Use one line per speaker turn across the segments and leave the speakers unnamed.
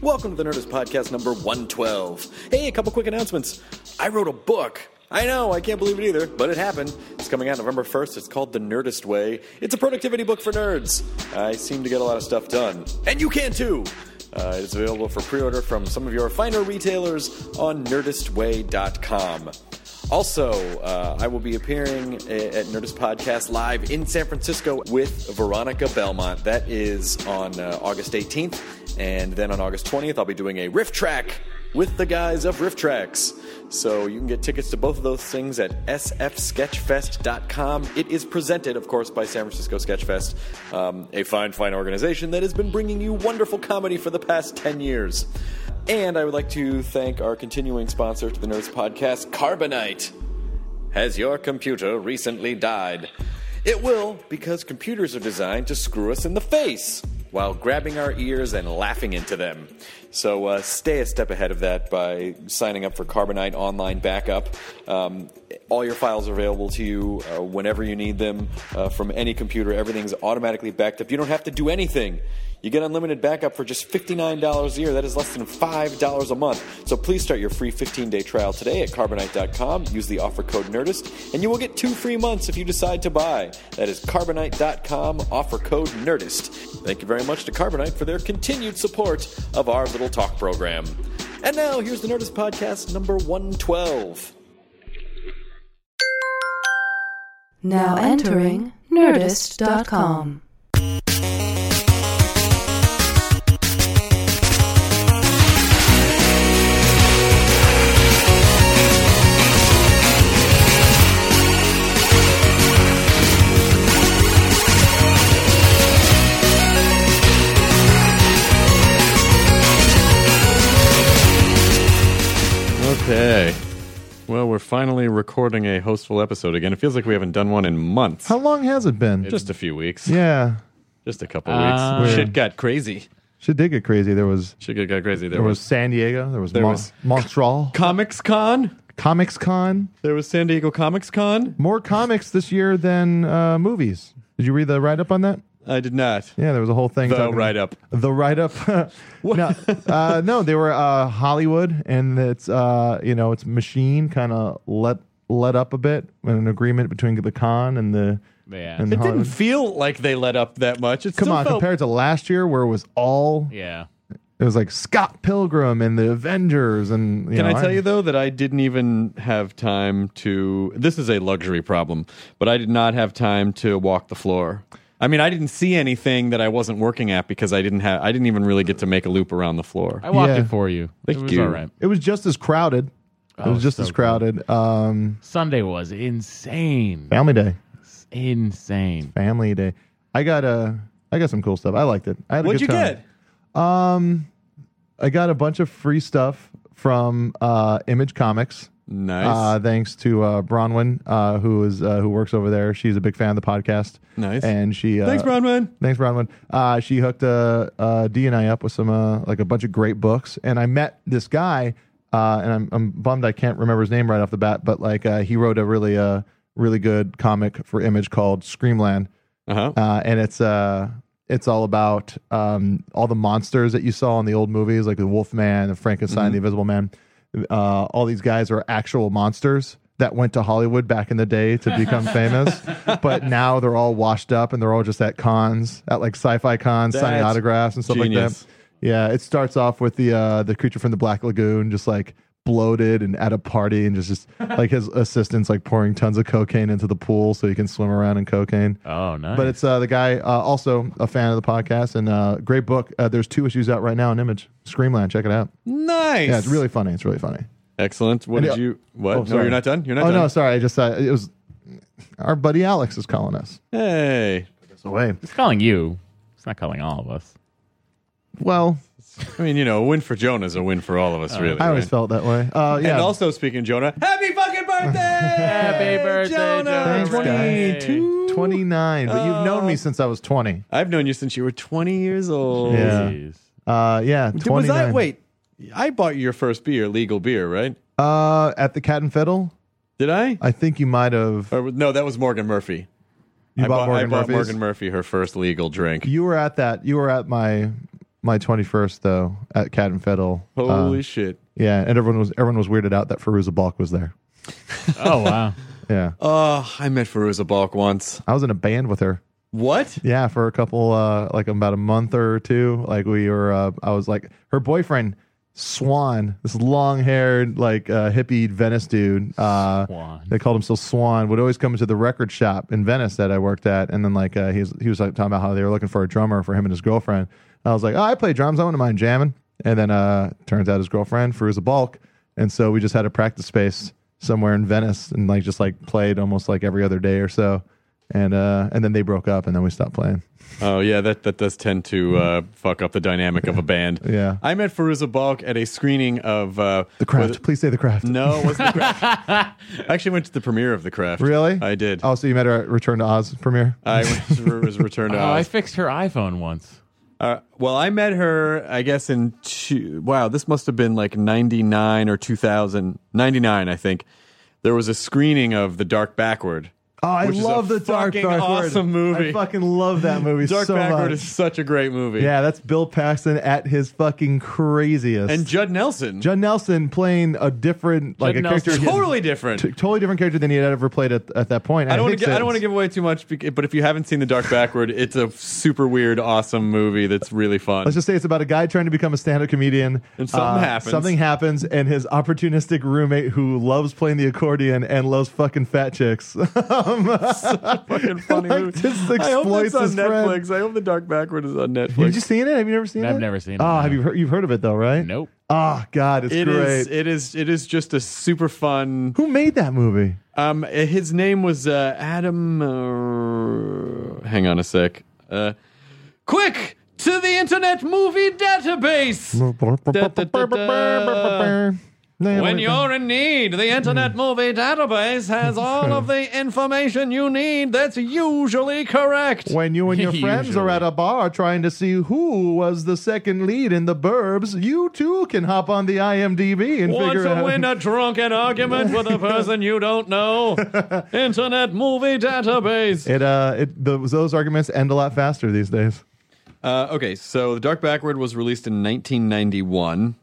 Welcome to the Nerdist Podcast number 112. Hey, a couple quick announcements. I wrote a book. I know, I can't believe it either, but it happened. It's coming out November 1st. It's called The Nerdist Way. It's a productivity book for nerds. I seem to get a lot of stuff done, and you can too. Uh, it's available for pre order from some of your finer retailers on nerdistway.com. Also, uh, I will be appearing a- at Nerdist Podcast Live in San Francisco with Veronica Belmont. That is on uh, August 18th. And then on August 20th, I'll be doing a riff track with the guys of Riff Tracks. So you can get tickets to both of those things at sfsketchfest.com. It is presented, of course, by San Francisco Sketchfest, um, a fine, fine organization that has been bringing you wonderful comedy for the past 10 years. And I would like to thank our continuing sponsor to the Nerds Podcast, Carbonite. Has your computer recently died? It will, because computers are designed to screw us in the face while grabbing our ears and laughing into them. So uh, stay a step ahead of that by signing up for Carbonite Online Backup. Um, all your files are available to you uh, whenever you need them uh, from any computer. Everything's automatically backed up. You don't have to do anything. You get unlimited backup for just $59 a year. That is less than $5 a month. So please start your free 15 day trial today at carbonite.com. Use the offer code NERDIST, and you will get two free months if you decide to buy. That is carbonite.com, offer code NERDIST. Thank you very much to Carbonite for their continued support of our little talk program. And now, here's the Nerdist Podcast number 112.
Now entering Nerdist.com.
Okay. Well, we're finally recording a hostful episode again. It feels like we haven't done one in months.
How long has it been?
Just a few weeks.
yeah. Uh,
Just a couple
Ah.
weeks.
Weird.
Shit got crazy.
Shit did get crazy. There was
Shit got- got crazy. There,
there was
was,
San Diego. There was,
There
Mon-
was-
Montreal.
Comics Con.
Comics Con.
There was San Diego Comics Con.
More comics this year than uh, movies. Did you read the write up on that?
I did not.
Yeah, there was a whole thing.
The
talking-
write-up.
The write up. no, uh, no, they were uh, Hollywood, and it's uh, you know it's machine kind of let let up a bit with an agreement between the con and the
Yeah.
and
It didn't
Hollywood.
feel like they let up that much. It
Come
still
on,
felt-
compared to last year where it was all
Yeah.
it was like Scott Pilgrim and the Avengers and you
Can
know,
I tell you though that I didn't even have time to? This is a luxury problem, but I did not have time to walk the floor. I mean, I didn't see anything that I wasn't working at because I didn't have. I didn't even really get to make a loop around the floor.
I walked
Yeah.
it for you.
Thank
it was
you.
all right.
It was just as crowded.
Oh,
it was just
so
as crowded. Um,
Sunday was insane.
family day,
Insane.
family day. I got a, I got some cool stuff. I liked it. I had a
What'd
good
you
time.
get?
Um, I got a bunch of free stuff from uh, Image Comics.
Nice.
Uh, thanks to uh, Bronwyn, uh, who is uh, who works over there. She's a big fan of the podcast.
Nice.
and she uh,
Thanks, Bronwyn.
Thanks, Bronwyn. Uh, she hooked uh, uh, D and I up with some uh, like a bunch of great books, and I met this guy, uh, and I'm, I'm bummed I can't remember his name right off the bat, but like uh, he wrote a really uh, really good comic for Image called Screamland,
Uh huh.
uh, and it's uh it's all about um, all the monsters that you saw in the old movies, like the Wolfman, the Frankenstein,
Mm-hmm.
the Invisible Man. Uh, all these guys are actual monsters that went to Hollywood back in the day to become famous, but now they're all washed up and they're all just at cons, at like sci-fi cons, signing
That's
autographs and stuff
genius.
like that. Yeah, it starts off with the uh, the creature from the Black Lagoon, just like bloated and at a party, and just, just like his assistants like pouring tons of cocaine into the pool so he can swim around in cocaine.
Oh, nice.
But it's uh, the guy, uh, also a fan of the podcast, and uh, great book. Uh, there's two issues out right now on Image Screamland. Check it out.
Nice.
Yeah, it's really funny. It's really funny.
excellent. What
And
did
the-
you? What?
Oh,
no,
sorry.
you're not done. You're not
oh
done.
no, sorry. I just uh, it was our buddy Alex is calling us.
Hey.
It's away.
It's calling you. It's not calling all of us.
Well,
I mean, you know, a win for Jonah is a win for all of us, really.
I always
right?
felt that way. Uh, yeah.
And also, speaking of Jonah, happy fucking birthday! happy
birthday,
Jonah!
Jonah. Thanks, guys.
22.
29, but you've known
Oh.
me since I was 20.
I've known you since you were 20 years old.
Yeah.
Jeez.
Uh, yeah,
Did- Was I
29.
wait? I bought you your first beer, legal beer, right?
Uh, at the Cat and Fiddle,
Did I?
I think you might have.
Or, no, that was Morgan Murphy.
You
Uh, I
bought
bought,
Morgan
I bought
Murphy's?
Morgan Murphy her first legal drink.
You were at that. You were at my my 21st though at Cat and Fiddle. Uh,
Holy shit!
Yeah, and everyone was everyone was weirded out that Feruza Balk was there.
Oh, wow.
Yeah,
Oh, I met Feruza Balk once.
I was in a band with her.
What?
Yeah, for a couple uh like about a month or two. Like we were, uh, I was like her boyfriend Swan, this long haired like uh, hippie Venice dude. Uh,
Swan.
They called himself Swan. Would always come into the record shop in Venice that I worked at, and then like uh, he was he was like talking about how they were looking for a drummer for him and his girlfriend. I was like, oh, I play drums. I wouldn't mind jamming. And then uh, turns out his girlfriend Feruza Balk, and so we just had a practice space somewhere in Venice, and like just like played almost like every other day or so. And uh, and then they broke up, and then we stopped playing.
Oh yeah, that that does tend to uh, fuck up the dynamic of a band.
Yeah.
I met Feruza Balk at a screening of uh,
The craft. Please say the craft.
No, it wasn't the craft. I actually went to the premiere of the craft.
Really?
I did. Uh,
Oh, so you met her at Return to Oz premiere?
I went to it was returned to
Oh, I
Oz.
fixed her iPhone once.
Uh, well, I met her, I guess, in two, wow, this must have been like 99 or 2000, 99, I think. There was a screening of The Dark Backward.
oh, I
which is a
love the Dark
fucking
Dark Word.
awesome movie.
I fucking love that movie
Dark
so
Backward
much.
is such a great movie.
yeah, that's Bill Paxton at his fucking craziest.
And Judd Nelson.
Judd Nelson playing a different, like
Judd
a
Nelson.
character,
totally different.
t- totally different character than he had ever played at, at that point.
I don't want
think
to. I
since-
don't want to give away too much, bec- but if you haven't seen The Dark Backward, it's a super weird, awesome movie that's really fun.
Let's just say it's about a guy trying to become a stand-up comedian. uh,
And something happens.
Something happens, and his opportunistic roommate, who loves playing the accordion and loves fucking fat chicks,
fucking funny
Like,
movie.
just
I hope
exploits
it's on
his friend.
Netflix. I hope The Dark Backward is on Netflix.
Have you seen it? Have you never seen it?
I've never seen it,
Oh,
no.
have you heard, you've heard of it though, right?
Nope.
Oh God, it's
It
great.
is. It is. It is just a super fun.
Who made that movie?
Um, his name was uh, Adam. Uh, hang on a sec. Uh, quick to the Internet Movie Database. Da-da-da-da. When you're in need, the Internet
Hmm.
Movie Database has all of the information you need. That's usually correct.
when you and your friends
Usually.
are at a bar trying to see who was the second lead in the Burbs, you too can hop on the IMDb and
Want
figure
to
out.
win a drunken argument with a person you don't know? Internet Movie Database.
it uh, it those, those arguments end a lot faster these days.
Uh, okay, so The Dark Backward was released in 1991,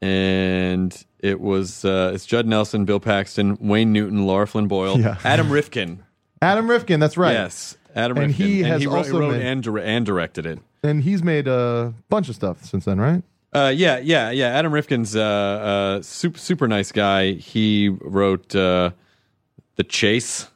and it was uh, it's Judd Nelson, Bill Paxton, Wayne Newton, Laura Flynn Boyle,
Yeah.
Adam Rifkin.
Adam Rifkin, that's right.
Yes, Adam
And
Rifkin,
he has
wrote,
also
wrote
been-
and, dir- and directed it.
and he's made a bunch of stuff since then, right?
Uh, yeah, yeah, yeah. Adam Rifkin's uh, uh, super super nice guy. He wrote uh, The Chase,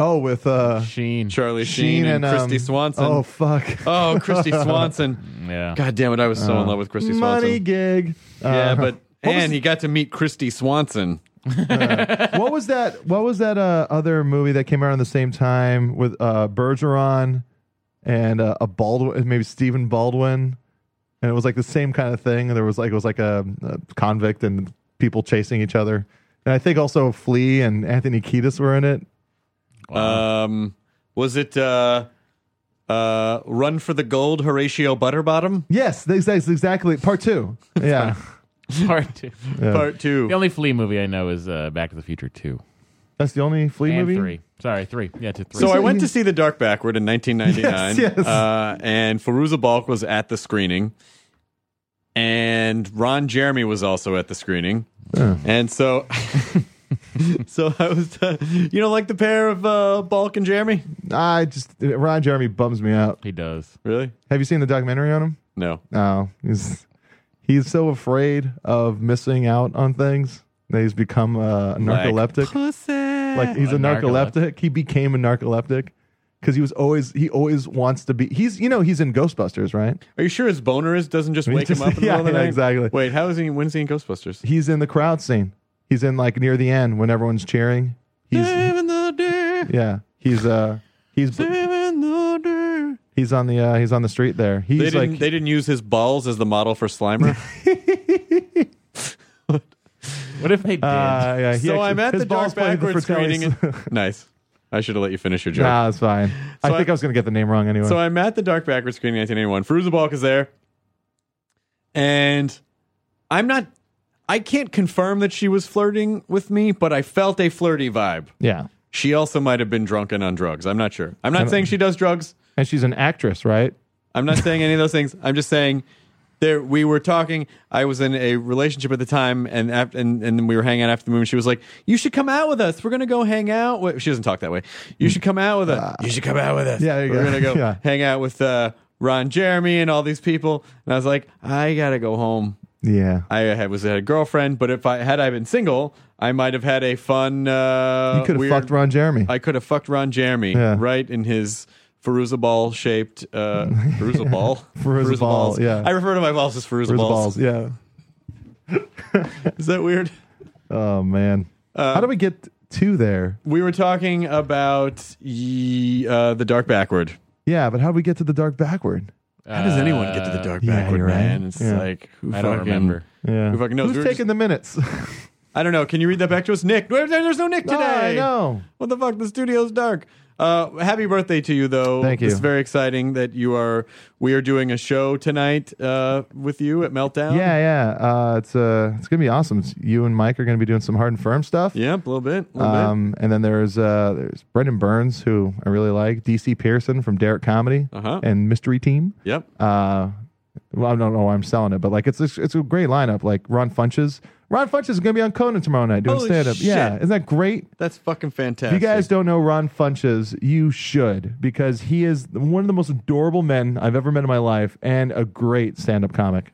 Oh, with uh,
Sheen.
Charlie Sheen, and,
um,
Christy Swanson.
Oh fuck,
Oh, Christy Swanson.
Yeah.
God damn it, I was so in love with Christy Swanson.
Uh, money gig.
Yeah,
Uh,
but
was-
and he got to meet Christy Swanson.
what was that? What was that uh, other movie that came out around the same time with uh, Bergeron and uh, a Baldwin, maybe Stephen Baldwin, and it was like the same kind of thing. There was like it was like a, a convict and people chasing each other. And I think also Flea and Anthony Kiedis were in it.
Um, was it uh, uh, Run for the Gold, Horatio Butterbottom?
Yes, that's that's exactly part two. Yeah,
Part two.
Part two.
The only Flea movie I know is uh, Back to the Future two
that's the only Flea
and
movie.
three. Sorry, three. Yeah, to three.
So I went to see The Dark Backward in 1999,
Yes, yes.
Uh, and Faruza Balk was at the screening, and Ron Jeremy was also at the screening, and so. so I was, uh, you know, like the pair of uh, Balk and Jeremy.
I just Ron Jeremy bums me out.
he does.
Really?
Have you seen the documentary on him?
No.
No, he's he's so afraid of missing out on things that he's become uh, narcoleptic. like he's a,
A
narcoleptic.
narcoleptic.
He became a narcoleptic because he was always he always wants to be. He's you know he's in Ghostbusters, right?
Are you sure his boner is doesn't just
Me
wake
just-
him up? In the
yeah,
middle of the
yeah,
night?
exactly.
Wait, how is he? When's he in Ghostbusters?
He's in the crowd scene. He's in like near the end when everyone's cheering. He's
Saving the day,
yeah. He's uh he's
saving the day.
he's on the uh, he's on the street there.
They
He's
didn't.
like
they didn't use his balls as the model for Slimer.
What if they did?
uh, yeah, he
so
actually-
I'm at
his
the dark
balls played the
backwards
Fratellis.
screening. and- nice. I should have let you finish your joke.
Nah, it's fine. I
So I-
think I, was gonna get the name wrong anyway.
So I'm at the dark backwards screening 1981. Fruza Balk is there, and I'm not. I can't confirm that she was flirting with me, but I felt a flirty vibe.
yeah,
She also might have been drunk and on drugs. I'm not sure. I'm not saying she does drugs.
and she's an actress, right?
I'm not saying any of those things. I'm just saying there we were talking. I was in a relationship at the time, and after, and and then we were hanging out after the movie. She was like, "You should come out with us. We're gonna go hang out." With, she doesn't talk that way. You should come out with us. you should come out with us.
Yeah, there you
we're
go.
gonna go
Yeah.
hang out with uh, Ron Jeremy and all these people. And I was like, I gotta go home.
Yeah.
I had, was had a girlfriend, but if I had I been single, I might have had a fun. Uh,
You could have
weird-
fucked Ron Jeremy.
I could have fucked Ron Jeremy
Yeah.
right in his Feruza ball shaped uh, Feruza ball.
Feruza ball,
balls.
yeah.
I refer to my balls as Feruza,
Where's the
balls.
balls? Yeah.
Is that weird? Uh,
Oh man. How do we get to there?
We were talking about ye, uh, the dark backward.
Yeah, but how do we get to the dark backward?
How does anyone get to
Uh,
the dark
yeah,
backward,
you're right.
man? It's
Yeah.
like who
I don't
fucking-
remember.
Yeah.
Who fucking knows?
Who's
We were
taking
just-
the minutes?
I don't know. Can you read that back to us, Nick? There- There's no Nick today.
No, I know.
What the fuck? The studio's dark. Uh, happy birthday to you, though.
Thank you.
It's very exciting that you are. We are doing a show tonight uh, with you at Meltdown.
yeah, yeah. Uh, it's uh, it's gonna be awesome. It's, you and Mike are gonna be doing some hard and firm stuff.
Yep, a little bit. A little bit.
Um, and then there's uh, there's Brendan Burns who I really like, DC Pearson from Derek Comedy
Uh-huh.
and Mystery Team.
Yep.
Uh, well, I don't know why I'm selling it, but like it's it's, it's a great lineup. Like Ron Funches. Ron Funches is gonna be on Conan tomorrow night doing
Holy
stand up. Yeah,
shit.
isn't that great?
That's fucking
If you
fantastic.
guys don't know Ron Funches, you should because he is one of the most adorable men I've ever met in my life and a great stand-up comic.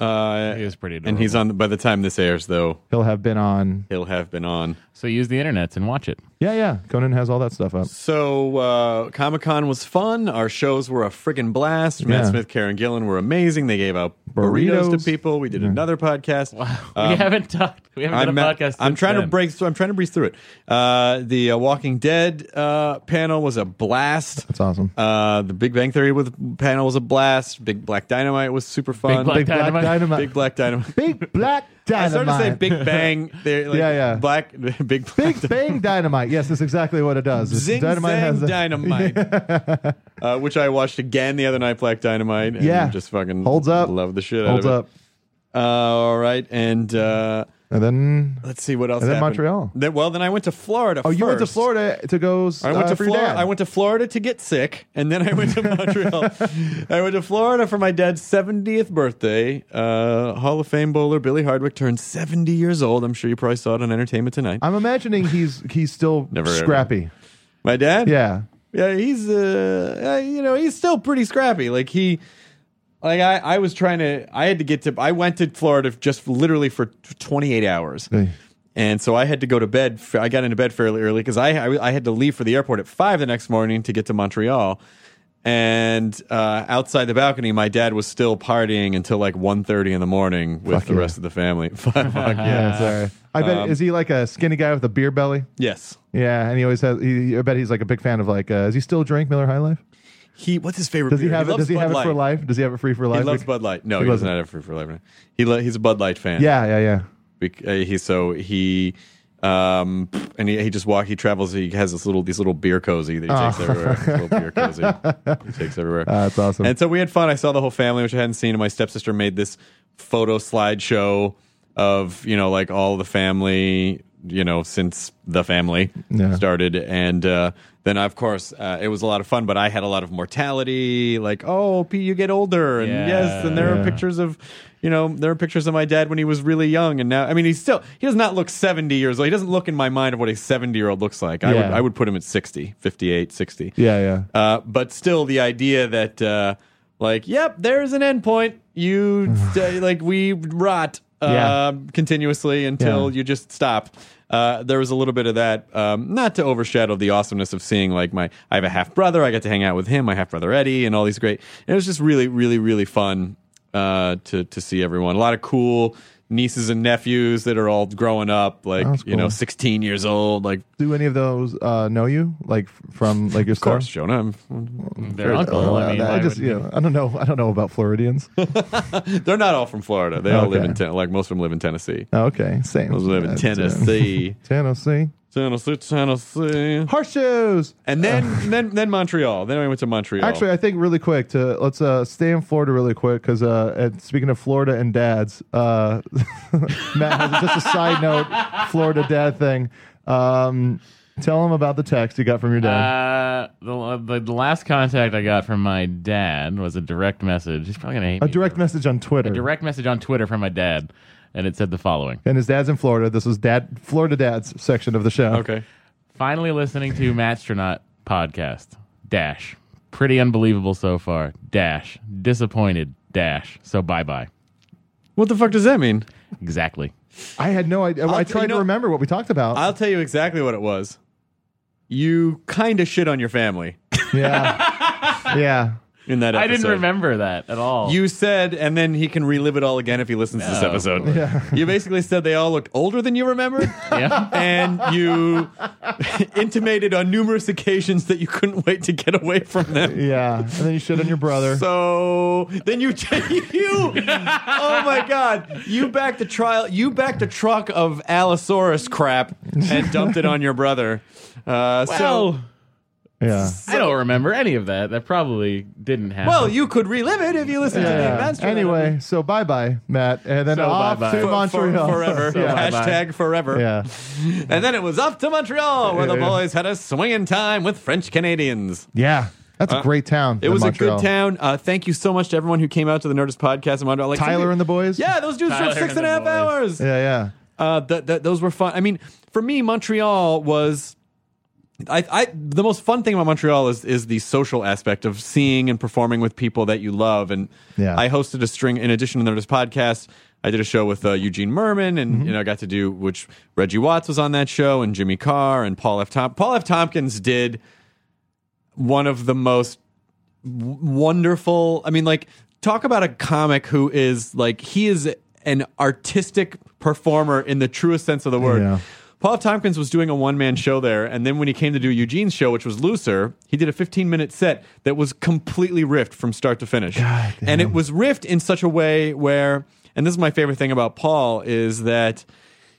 uh,
He was pretty adorable.
and he's on. By the time this airs, though,
He'll have been on.
he'll have been on.
So use the internet and watch it.
Yeah, yeah. Conan has all that stuff up.
So uh, Comic Con was fun. Our shows were a friggin' blast. Matt
Yeah.
Smith, Karen Gillan were amazing. They gave out burritos, to
Burritos.
people. We did another podcast. Wow.
we
Um,
haven't talked. We haven't
I'm,
done a
not-
podcast.
I'm
since
trying to
then.
break through. I'm trying to breeze through it. Uh, the uh, Walking Dead uh, panel was a blast.
That's awesome.
Uh, the Big Bang Theory with panel was a blast. Big Black Dynamite was super fun.
Black
Big Black
Dynamite.
Dynamite.
Big Black Dynamite.
Big Black
I
Dynamite.
started to say Big Bang. There, like,
Yeah, yeah.
Black Big Black
Big Bang Dynamite. Yes, that's exactly what it does. It's
Zing Zang
a-
Dynamite, uh, which I watched again the other night. Black Dynamite, and
Yeah.
just fucking
Holds up.
Love the shit
Holds
out of
up.
it. Uh, all right, and uh,
And then
let's see what else.
And then
happened.
Montreal.
Then- well, then I went to Florida.
oh, you went to
first.
Florida to go.
I went
uh,
to
for your
Florida.
dad.
I went to Florida to get sick, and then I went to Montreal. I went to Florida for my dad's 70th birthday. Uh, Hall of Fame bowler Billy Hardwick turned 70 years old. I'm sure you probably saw it on Entertainment Tonight.
I'm imagining he's he's still
Never heard of
scrappy.
my dad,
Yeah.
Yeah, he's uh, uh, you know, he's still pretty scrappy. Like he, like I, I was trying to, I had to get to, I went to Florida just literally for t- 28 hours,
Hey.
and so I had to go to bed. f- I got into bed fairly early because I, I, I had to leave for the airport at five the next morning to get to Montreal. And uh, outside the balcony, my dad was still partying until like 1.30 in the morning with
Fuck
the
yeah.
rest of the family. Fuck yeah.
Ah.
Yeah. Sorry. I bet
Um,
is he like a skinny guy with a beer belly?
Yes.
Yeah, and he always has. He, I bet he's like a big fan of like. Uh, does he still drink Miller High Life?
He, what's his favorite
Does he
beer?
have it?
loves
Does he
Bud
have it for
Light.
life? Does he have it free for life?
He loves Bud Light. No,
He
he,
loves
does
it.
not have free for life. He lo- he's a Bud Light fan.
Yeah, yeah, yeah.
Bec- uh, he so he um and he, he just walk he travels he has this little these little beer cozy that he takes everywhere This little beer cozy he takes everywhere
Ah, that's awesome.
and so we had fun i saw the whole family which i hadn't seen and my stepsister made this photo slideshow of you know like all the family you know since the family
Yeah.
started and uh then of course uh, it was a lot of fun, but I had a lot of mortality. Like, oh, Pete, you get older, and
Yeah.
yes, and there are
Yeah.
pictures pictures of you know there are pictures of my dad when he was really young and now i mean he's still he does not look 70 years old he doesn't look in my mind of what a 70 year old looks like i would
Yeah.
i would put him at 60 58 60
Yeah, yeah.
uh, but still the idea that uh, like yep there's an end point you d- like we rot uh,
Yeah.
continuously until
Yeah.
you just stop uh, there was a little bit of that um, not to overshadow the awesomeness of seeing like my i have a half brother i got to hang out with him my half brother eddie and all these great it was just really really really fun uh, to, to see everyone a lot of cool nieces and nephews that are all growing up like
That's
you know
cool.
16 years old like
Do any of those uh, know you? Like f- from like your
of course jonah I'm-
Their uncle.
Oh,
I mean,
I
why
just
would-
you know, I don't know I don't know about Floridians.
They're not all from Florida. They all live
Okay.
in ten- like most of them live in Tennessee.
okay, same.
Most live in
That's, uh,
Tennessee,
Tennessee.
Tennessee, Tennessee,
Horseshoes.
and then then then Montreal. Then I went to Montreal.
Actually, I think really quick to let's uh, stay in Florida really quick because uh, and speaking of Florida and dads, uh, Matt has just a side note Florida dad thing. Um, tell him about the text you got from your dad.
Uh, the, the, the last contact I got from my dad was a direct message. He's probably gonna hate
a
me.
direct message on Twitter.
Uh, A direct message on Twitter from my dad, and it said the following:
and his dad's in Florida. This was dad Florida dad's section of the show.
okay.
Finally listening to Matstronaut podcast. Dash. Pretty unbelievable so far. Dash. Disappointed. Dash. So bye bye.
What the fuck does that mean?
Exactly.
I had no idea. i
Um,
I'll-
tried
you know-
to remember what we talked about.
I'll tell you exactly what it was. You kind of shit on your family
yeah, yeah.
in that. episode.
I didn't remember that at all. Uh,
You said, and then he can relive it all again if he listens to this
No.
episode. You basically said they all looked older than you remembered,
Yeah.
and you intimated on numerous occasions that you couldn't wait to get away from them.
Yeah, and then you shit on your brother.
So then you you oh my god you backed the trial you backed the truck of Allosaurus crap and dumped it on your brother. Uh, so
Well,
yeah,
I don't remember any of that. That probably didn't happen.
well you could relive it if you listen to the
yeah.
master.
Anyway, so bye bye, Matt, and then
So
off
bye-bye.
to
For-
Montreal
forever
So
yeah.
bye-bye.
hashtag forever.
yeah,
And then it was off to Montreal where the
Yeah.
boys had a swinging time with French Canadians.
yeah. That's a great town.
Uh, It
the
was a
Montreal.
good town. Uh, thank you so much to everyone who came out to the Nerdist podcast in Montreal. Like
Tyler
somebody-
and the boys.
Yeah, those dudes
Tyler
drove six and
and
a
the
half
boys.
hours.
yeah, yeah.
uh, th- th- those were fun. I mean, for me, Montreal was. I, I the most fun thing about Montreal is is the social aspect of seeing and performing with people that you love and
Yeah.
I hosted a string in addition to this podcast I did a show with uh, Eugene Merman and you know I got to do which Reggie Watts was on that show and Jimmy Carr and Paul F Tom- Paul F Tompkins did one of the most wonderful. I mean, like, talk about a comic who is like he is an artistic performer in the truest sense of the word.
Yeah.
Paul F. Tompkins was doing a one man show there, and then when he came to do Eugene's show, which was looser, he did a 15 minute set that was completely riffed from start to finish. And it was riffed in such a way where, and this is my favorite thing about Paul, is that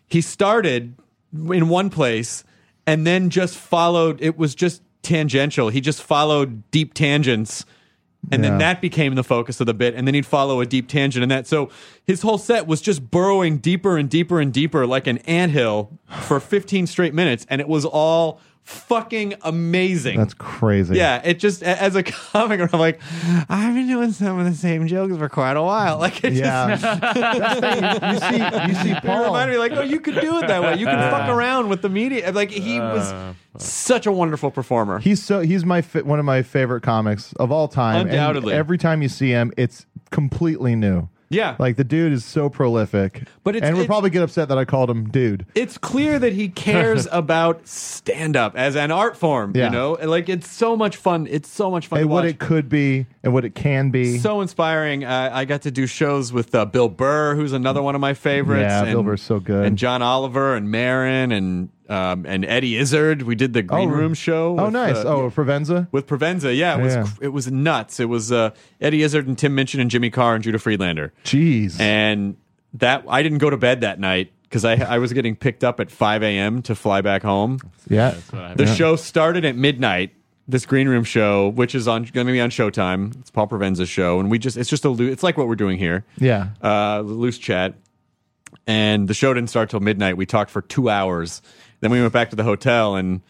he started in one place and then just followed it was just tangential he just followed deep tangents and then
Yeah.
that became the focus of the bit and then he'd follow a deep tangent and that so his whole set was just burrowing deeper and deeper and deeper like an anthill for 15 straight minutes and it was all fucking amazing
That's crazy.
yeah, it just a- as a comic, I'm like, I've been doing some of the same jokes for quite a while. Like, it just,
Yeah. That's the thing. You see, you see
it
Paul.
reminded me like, oh, you could do it that way. You can fuck around with the media. Like he
Uh,
was such a wonderful performer.
He's so he's my fa- one of my favorite comics of all time. and
Undoubtedly.
every time you see him, it's completely new.
Yeah.
like the dude is so prolific.
But it's-
and would
it's-
probably get upset that I called him dude.
it's clear that he cares about stand up as an art form.
Yeah.
You know, And, like it's so much fun. It's so much fun.
and
to
what
watch.
it could be, and what it can be.
so inspiring. Uh, I got to do shows with uh, Bill Burr, who's another one of my favorites.
Yeah,
and,
Bill Burr's so good.
And John Oliver and Marin and um, and Eddie Izzard. We did the Green
Oh,
Room show.
oh,
with,
nice.
uh,
oh, Provenza.
with Provenza. Yeah, it was
Yeah.
cr- it was nuts. It was uh, Eddie Izzard and Tim Minchin and Jimmy Carr and Judah Friedlander.
Jeez.
And that I didn't go to bed that night because I, I was getting picked up at 5 a.m. to fly back home.
Yeah.
The show started at midnight. This green room show, which is on going to be on Showtime, it's Paul Provenza's show, and we just it's just a loo- it's like what we're doing here,
Yeah.
uh, loose chat, and the show didn't start till midnight. We talked for two hours, then we went back to the hotel, and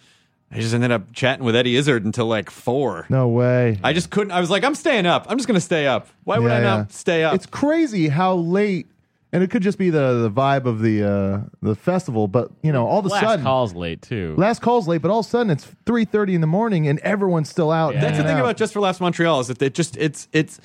I just ended up chatting with Eddie Izzard until like four.
No way.
I just couldn't. I was like, I'm staying up. I'm just going to stay up. Why would
Yeah,
I not
yeah.
stay up?
It's crazy how late, and it could just be the the vibe of the uh, the festival. But you know, all of a
Last
sudden,
call's late too.
last call's late, but all of a sudden it's three thirty in the morning, and everyone's still out.
Yeah.
That's the
hanging
thing
out.
about Just for Laughs Montreal is that it just it's it's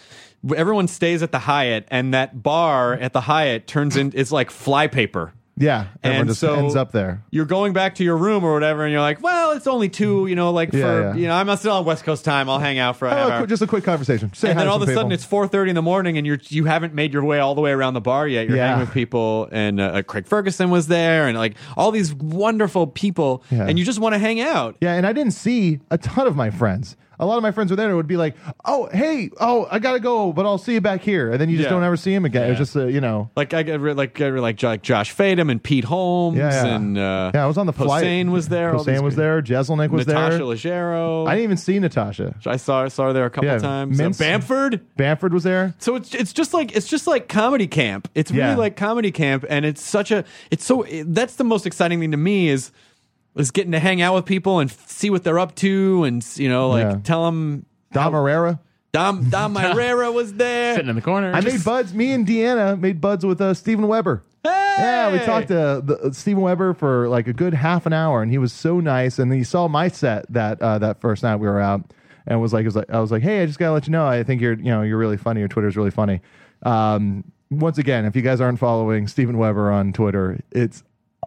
everyone stays at the Hyatt and that bar at the Hyatt turns in it's like flypaper.
yeah. Everyone
and
just
so
ends up there.
You're going back to your room or whatever, and you're like, well, it's only two, you know, like
Yeah,
for
yeah.
you know, I'm still on West Coast time. I'll hang out for a half
Oh, a
hour.
quick- just a quick conversation. Say
and
hi
then
to
all of
some
a sudden
people.
it's 4.30 in the morning and you're you haven't made your way all the way around the bar yet you're
Yeah.
hanging with people and uh, uh, craig ferguson was there and like all these wonderful people
Yeah.
and you just want to hang out
Yeah, and I didn't see a ton of my friends. A lot of my friends were there and it would be like, oh, hey, oh, I got to go, but I'll see you back here. And then you just
Yeah.
don't ever see him again. It was just, uh, you know.
like I got re- like I re- like Jo- like Josh Fadem and Pete Holmes
Yeah, yeah.
and uh,
Yeah, I was on the flight.
Hossein was there. all these
Hossein was
great-
there. Jeselnik was
Natasha
there.
Leggero.
I
I,
didn't even see Natasha.
saw her, saw her there a couple
Yeah,
times.
Mince.
Uh, Bamford.
Bamford was there.
So it's it's just like it's just like comedy camp. It's
Yeah.
really like comedy camp, and it's such a it's so it- that's the most exciting thing to me is is getting to hang out with people and f- see what they're up to, and s- you know like
Yeah.
tell them
Dom Herrera.
Dom Dom Herrera was there.
sitting in the corner.
I made buds. Me and Deanna made buds with uh, Stephen Weber. Yeah, we
Hey!
talked to the, uh, Stephen Weber for like a good half an hour, and he was so nice. And he saw my set that uh, that first night we were out, and was like, was like, I was like, hey, I just gotta let you know, I think you're, you know, you're really funny. Your Twitter's really funny. Um, once again, if you guys aren't following Stephen Weber on Twitter, it's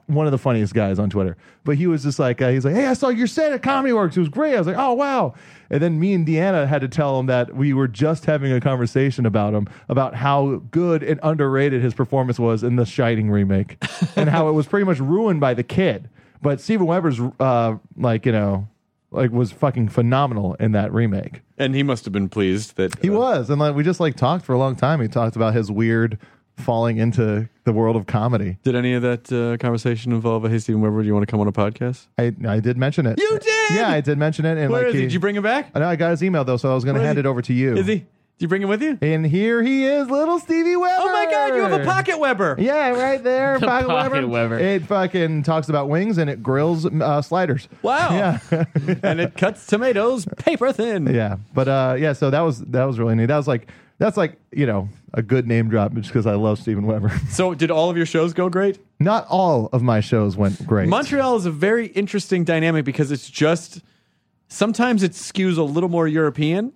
one of the funniest guys on Twitter. But he was just like, uh, he's like, hey, I saw your set at Comedy Works. It was great. I was like, oh, wow. And then me and Deanna had to tell him that we were just having a conversation about him, about how good and underrated his performance was in the Shining remake and how it was pretty much ruined by the kid. But Steven Weber's, uh, like, you know, like was fucking phenomenal in that remake.
and he must have been pleased that
He
uh,
was. And like, we just like talked for a long time. He talked about his weird falling into the world of comedy.
Did any of that uh, conversation involve a hey Stephen Weber? Do you want to come on a podcast?
I, I did mention it.
You did?
Yeah, I did mention it. And
Where
like
is he?
he-
Did you bring him back?
I know I got his email though, so I was going to
Where is
hand
he?
it over to you.
Is he? Did you bring him with you?
And here he is, little Stevie Weber.
Oh my God! You have a pocket Weber.
Yeah, right there,
The
pocket,
pocket
Weber.
Weber.
It fucking talks about wings and it grills uh, sliders.
Wow.
Yeah,
and it cuts tomatoes paper thin.
yeah. But uh, yeah, so that was that was really neat. That was like that's like you know a good name drop just because I love Steven Weber.
So, did all of your shows go great?
Not all of my shows went great.
Montreal is a very interesting dynamic because it's just sometimes it skews a little more European.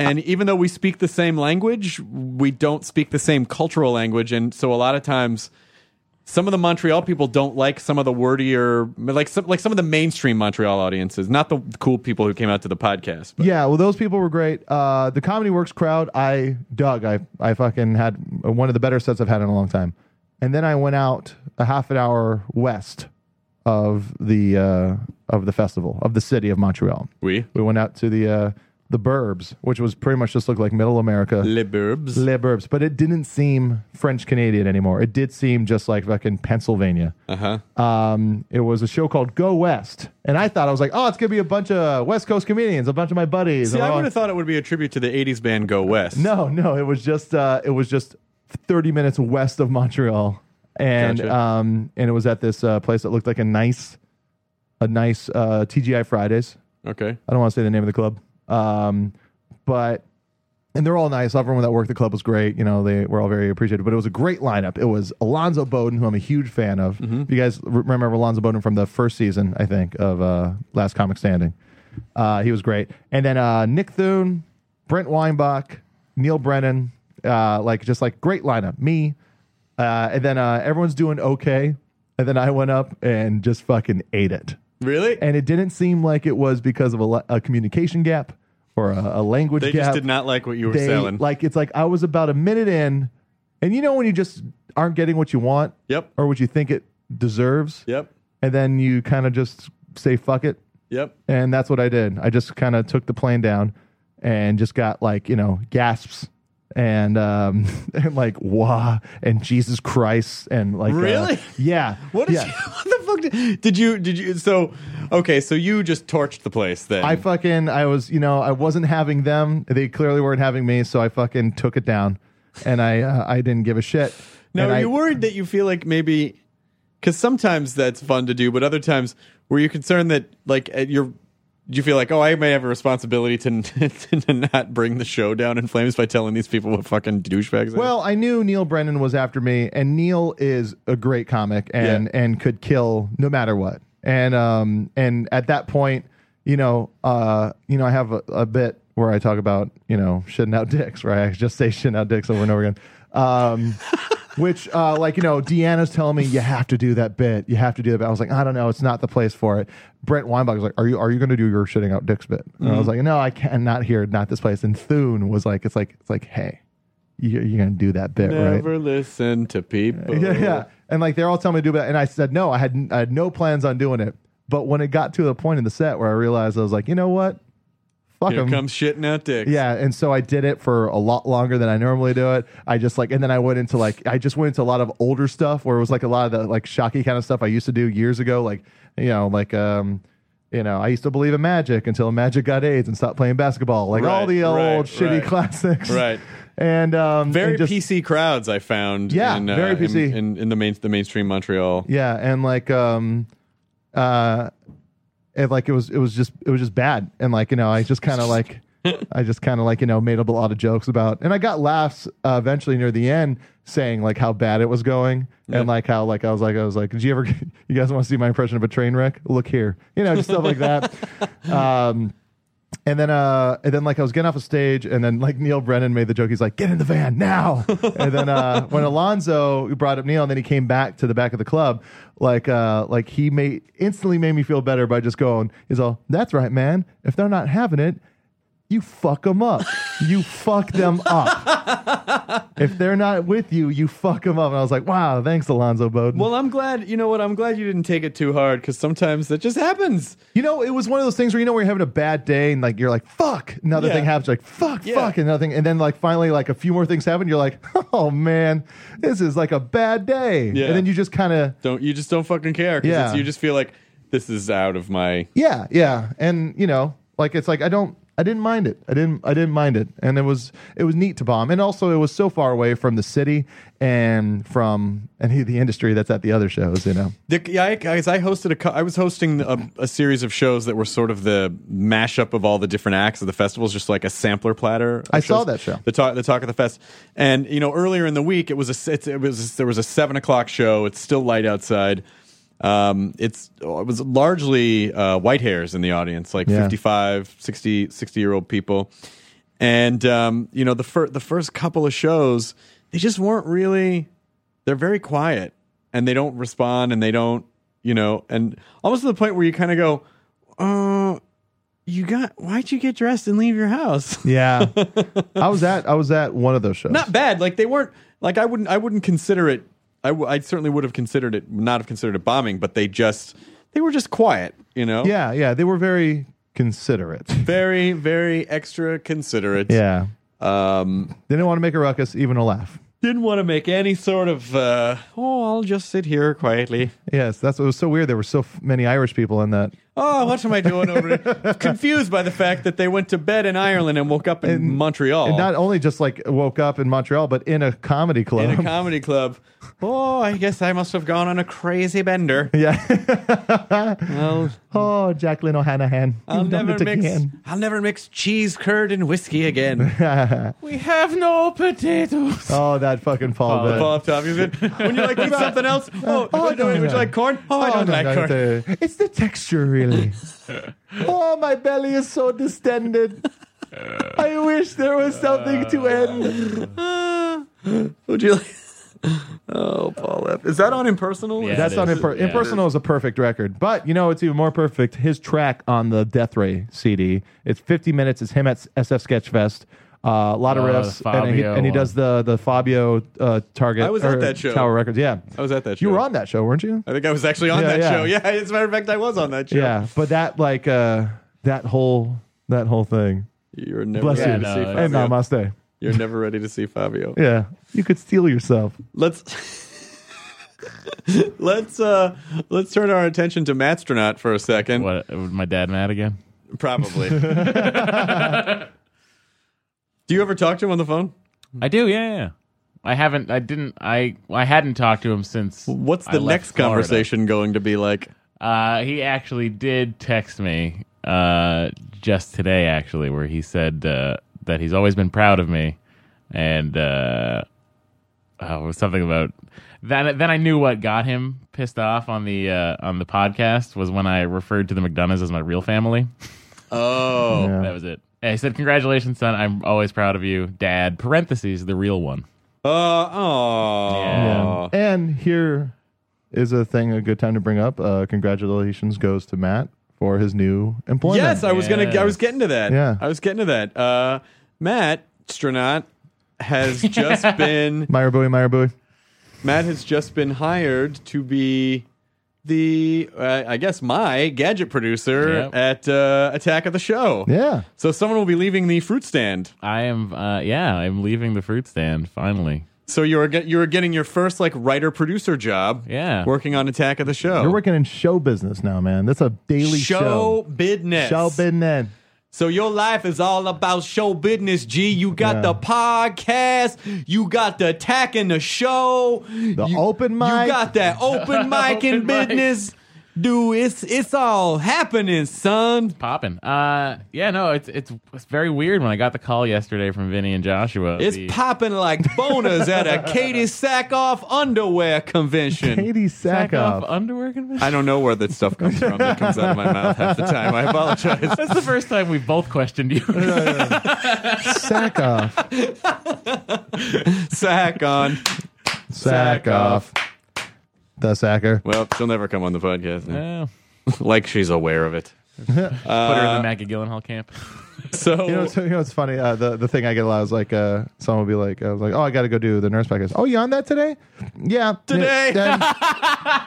And even though we speak the same language, we don't speak the same cultural language. And so, a lot of times, some of the Montreal people don't like some of the wordier, like some, like some of the mainstream Montreal audiences, not the cool people who came out to the podcast. But
Yeah, well, those people were great. Uh, the Comedy Works crowd, I dug. I I fucking had one of the better sets I've had in a long time. And then I went out a half an hour west of the uh, of the festival of the city of Montreal.
we,
We went out to the uh, the Burbs, which was pretty much just looked like Middle America.
Les Burbs.
Les Burbs, but it didn't seem French Canadian anymore. It did seem just like fucking Pennsylvania. Uh huh. Um, it was a show called Go West, and I thought I was like, oh, it's gonna be a bunch of West Coast comedians, a bunch of my buddies.
See,
And
I
all-
would have thought it would be a tribute to the 80s band Go West.
no, no, it was just uh, it was just thirty minutes west of Montreal, and
Gotcha.
um, and it was at this uh, place that looked like a nice, a nice uh, TGI Fridays.
Okay.
I don't want to say the name of the club, um, but and they're all nice. Everyone that worked the club was great. You know, they were all very appreciative. But it was a great lineup. It was Alonzo Bowden, who I'm a huge fan of. If you guys re- remember Alonzo Bowden from the first season, I think, of uh, Last Comic Standing, uh, he was great. And then uh, Nick Thune, Brent Weinbach, Neil Brennan, uh, like just like great lineup. Me, uh, and then uh, everyone's doing okay. And then I went up and just fucking ate it
Really?
and it didn't seem like it was because of a, la- a communication gap or a, a language
They
gap.
just did not like what you were
They-
selling.
Like it's like I was about a minute in, and you know when you just aren't getting what you want,
Yep.
or what you think it deserves,
Yep.
and then you kind of just say fuck it,
Yep.
and that's what I did. I just kind of took the plane down and just got like you know gasps and um and like wah and Jesus Christ and like uh,
Really?
yeah
What did
yeah.
you? What the fuck did, did you? Did you? So okay, so you just torched the place then.
I fucking I was you know I wasn't having them they clearly weren't having me so I fucking took it down and I uh, I didn't give a shit
now,
And
are
I-
you worried that you feel like maybe? Because sometimes that's fun to do, but other times, were you concerned that like at your do you feel like, oh, I may have a responsibility to, to not bring the show down in flames by telling these people what fucking douchebags? they are?
Well, I knew Neil Brennan was after me, and Neil is a great comic and
Yeah.
and could kill no matter what. And um and at that point, you know, uh, you know, I have a, a bit where I talk about you know shitting out dicks, where I just say shitting out dicks over and over again. Um, which uh, like you know, Deanna's telling me you have to do that bit, you have to do that. Bit. I was like, I don't know, it's not the place for it. Brent Weinbach was like, Are you are you going to do your shitting out dicks bit? And I was like, No, I can't, not here, not this place. And Thune was like, It's like it's like, hey. You're, you're gonna do that bit, right?
never listen to people.
Yeah, yeah. And like they're all telling me to do that, and I said no. I had I had no plans on doing it. But when it got to the point in the set where I realized I was like, you know what, fuck
Here
'em.
comes shitting out dicks.
Yeah, and so I did it for a lot longer than I normally do it. I just like, and then I went into like, I just went into a lot of older stuff where it was like a lot of the like shocky kind of stuff I used to do years ago. Like, you know, like, um, you know, I used to believe in magic until magic got AIDS and stopped playing basketball. Like all
Right,
the old
right,
shitty
right.
classics.
Right.
And um,
Very
and just-
PC crowds, I found.
Yeah,
in,
very
in-
PC.
in, in the main the mainstream Montreal.
Yeah, and like um uh it like it was it was just it was just bad. And like, you know, I just kinda like I just kinda like, you know, made up a lot of jokes about and I got laughs uh, eventually near the end saying like how bad it was going and like how like I was like I was like, Did you ever you guys want to see my impression of a train wreck? Look here. You know, just stuff like that. Um and then, uh, and then, like I was getting off of stage, and then like Neil Brennan made the joke. He's like, "Get in the van now!" and then uh, when Alonzo brought up Neil, and then he came back to the back of the club, like, uh, like he made instantly made me feel better by just going, "He's all that's right, man. If they're not having it, you fuck them up. You fuck them up. if they're not with you, you fuck them up." And I was like, "Wow, thanks, Alonzo Bowden."
Well, I'm glad. You know what? I'm glad you didn't take it too hard because sometimes that just happens.
You know, it was one of those things where you know where you're having a bad day and like you're like, fuck, another
Yeah.
thing happens, you're like, fuck,
Yeah.
fuck, another thing, and then like finally like a few more things happen, you're like, oh man, this is like a bad day.
Yeah.
And then you just kinda
Don't you just don't fucking care? 'cause
Yeah.
it's- you just feel like this is out of my.
Yeah, yeah. And you know, like it's like I don't I didn't mind it. I didn't I didn't mind it. And it was it was neat to bomb. And also it was so far away from the city and from and the industry that's at the other shows, you know.
The, yeah, I, guys, I hosted a. cou- I was hosting a, a series of shows that were sort of the mashup of all the different acts of the festivals, just like a sampler platter. of
I saw
shows.
that show.
The talk, the talk of the fest, and you know, earlier in the week, it was a. s- It's, it was there was a seven o'clock show. It's still light outside. Um, it's it was largely uh, white hairs in the audience, like
Yeah.
55, 60, 60 year old people, and um, you know, the first the first couple of shows, they just weren't really they're very quiet and they don't respond and they don't you know and almost to the point where you kind of go uh you got why'd you get dressed and leave your house
Yeah. I was at I was at one of those shows.
not bad like they weren't like i wouldn't i wouldn't consider it I w- I certainly would have considered it not have considered it bombing but they just they were just quiet you know
yeah, yeah. They were very considerate.
very very extra considerate
Yeah.
um
They didn't want to make a ruckus, even a laugh.
didn't want to make any sort of uh oh i'll just sit here quietly
Yes, that's what was so weird. There were so f- many Irish people in that.
Oh, what am I doing over here? Confused by the fact that they went to bed in Ireland and woke up in, Montreal
And not only just like woke up in Montreal, but in a comedy club.
in a comedy club. Oh, I guess I must have gone on a crazy bender.
yeah.
Well,
oh, Jacqueline O'Hanahan.
I'll
You've done
never
it
mix.
again.
I'll never mix cheese curd and whiskey again. we have no potatoes.
Oh, that fucking Paul.
The
Rudd.
Bob Top. You've been- When you like eat something else, oh,
I
would, you-
don't
would you
know.
like corn? Oh, I
Oh,
don't
no,
like
no,
corn.
the- it's the texture, really. oh, my belly is so distended. I wish there was something to end.
Would you like? Oh, Paul F. Is that on impersonal?
Yeah.
That's
it
not
is.
imper-
Yeah.
impersonal is a perfect record, but you know it's even more perfect. His track on the Death Ray CD, it's 50 minutes. It's him at SF Sketchfest. Uh, a lot of
Oh,
riffs,
the
and he,
Fabio
and he
one.
does the the Fabio uh, Target.
I was at
or
that show. Oh,
Tower Records. Yeah,
I was at that
You were
show.
on that show, weren't you?
I think I was actually on
Yeah,
that
yeah.
show. Yeah, as a matter of fact, I was on that show.
Yeah, but that like uh, that whole that whole thing.
You're never
Bless
gonna
you
see
no,
Fabio.
and Namaste.
You're never ready to see Fabio.
Yeah, you could steal yourself.
Let's let's uh let's turn our attention to Matstronaut for a second.
What? Was my dad mad again?
Probably. Do you ever talk to him on the phone?
I do. Yeah, yeah, yeah. I haven't. I didn't. I. I hadn't talked to him since.
What's
I
the
left
next
Florida.
conversation going to be like?
Uh, he actually did text me uh, just today, actually, where he said uh, that he's always been proud of me, and uh, oh, it was something about then. Then I knew what got him pissed off on the uh, on the podcast was when I referred to the McDonoughs as my real family.
Oh,
Yeah.
That was it. And he said, "Congratulations, son! I'm always proud of you, Dad." Parentheses, the real one.
uh, oh,
Yeah.
And here is a thing, a good time to bring up. Uh, congratulations goes to Matt for his new employment.
Yes, I was gonna. I was getting to that.
Yeah.
I was getting to that. Uh, Matt Stronaut has just been.
Meyer Bowie, Meyer Bowie.
Matt has just been hired to be the, uh, I guess, my gadget producer
Yep.
at uh, Attack of the Show.
Yeah.
So someone will be leaving the fruit stand.
I am. Uh, yeah, I'm leaving the fruit stand finally.
So you're get, you're getting your first like writer producer job.
Yeah.
working on Attack of the Show.
You're working in show business now, man. That's a daily
show
show.
business.
Show business.
So your life is all about show business, G. You got
Yeah.
the podcast, you got the attack and the show, the
open
You
mic.
got that open mic in
Open mic.
business. Dude, it's it's all happening, son.
popping. Uh, yeah, no, it's it's it's very weird when I got the call yesterday from Vinny and Joshua.
It's
The-
popping like boners at a Katie Sackoff underwear convention.
Katie
Back off
Sackoff.
underwear convention.
I don't know where that stuff comes from that comes out of my mouth half the time. I apologize.
That's the first time we've both questioned you.
Sackoff.
Sack on.
Sackoff. The sacker.
Well, she'll never come on the podcast.
Yeah.
Like she's aware of it.
Put her
Uh,
in the Maggie Gyllenhaal camp.
So
You know, it's, you know, it's funny. Uh, the the thing I get a lot is like, uh, someone will be like, I was like, oh, I got to go do the nurse podcast. Oh, you on that today? Yeah,
Today.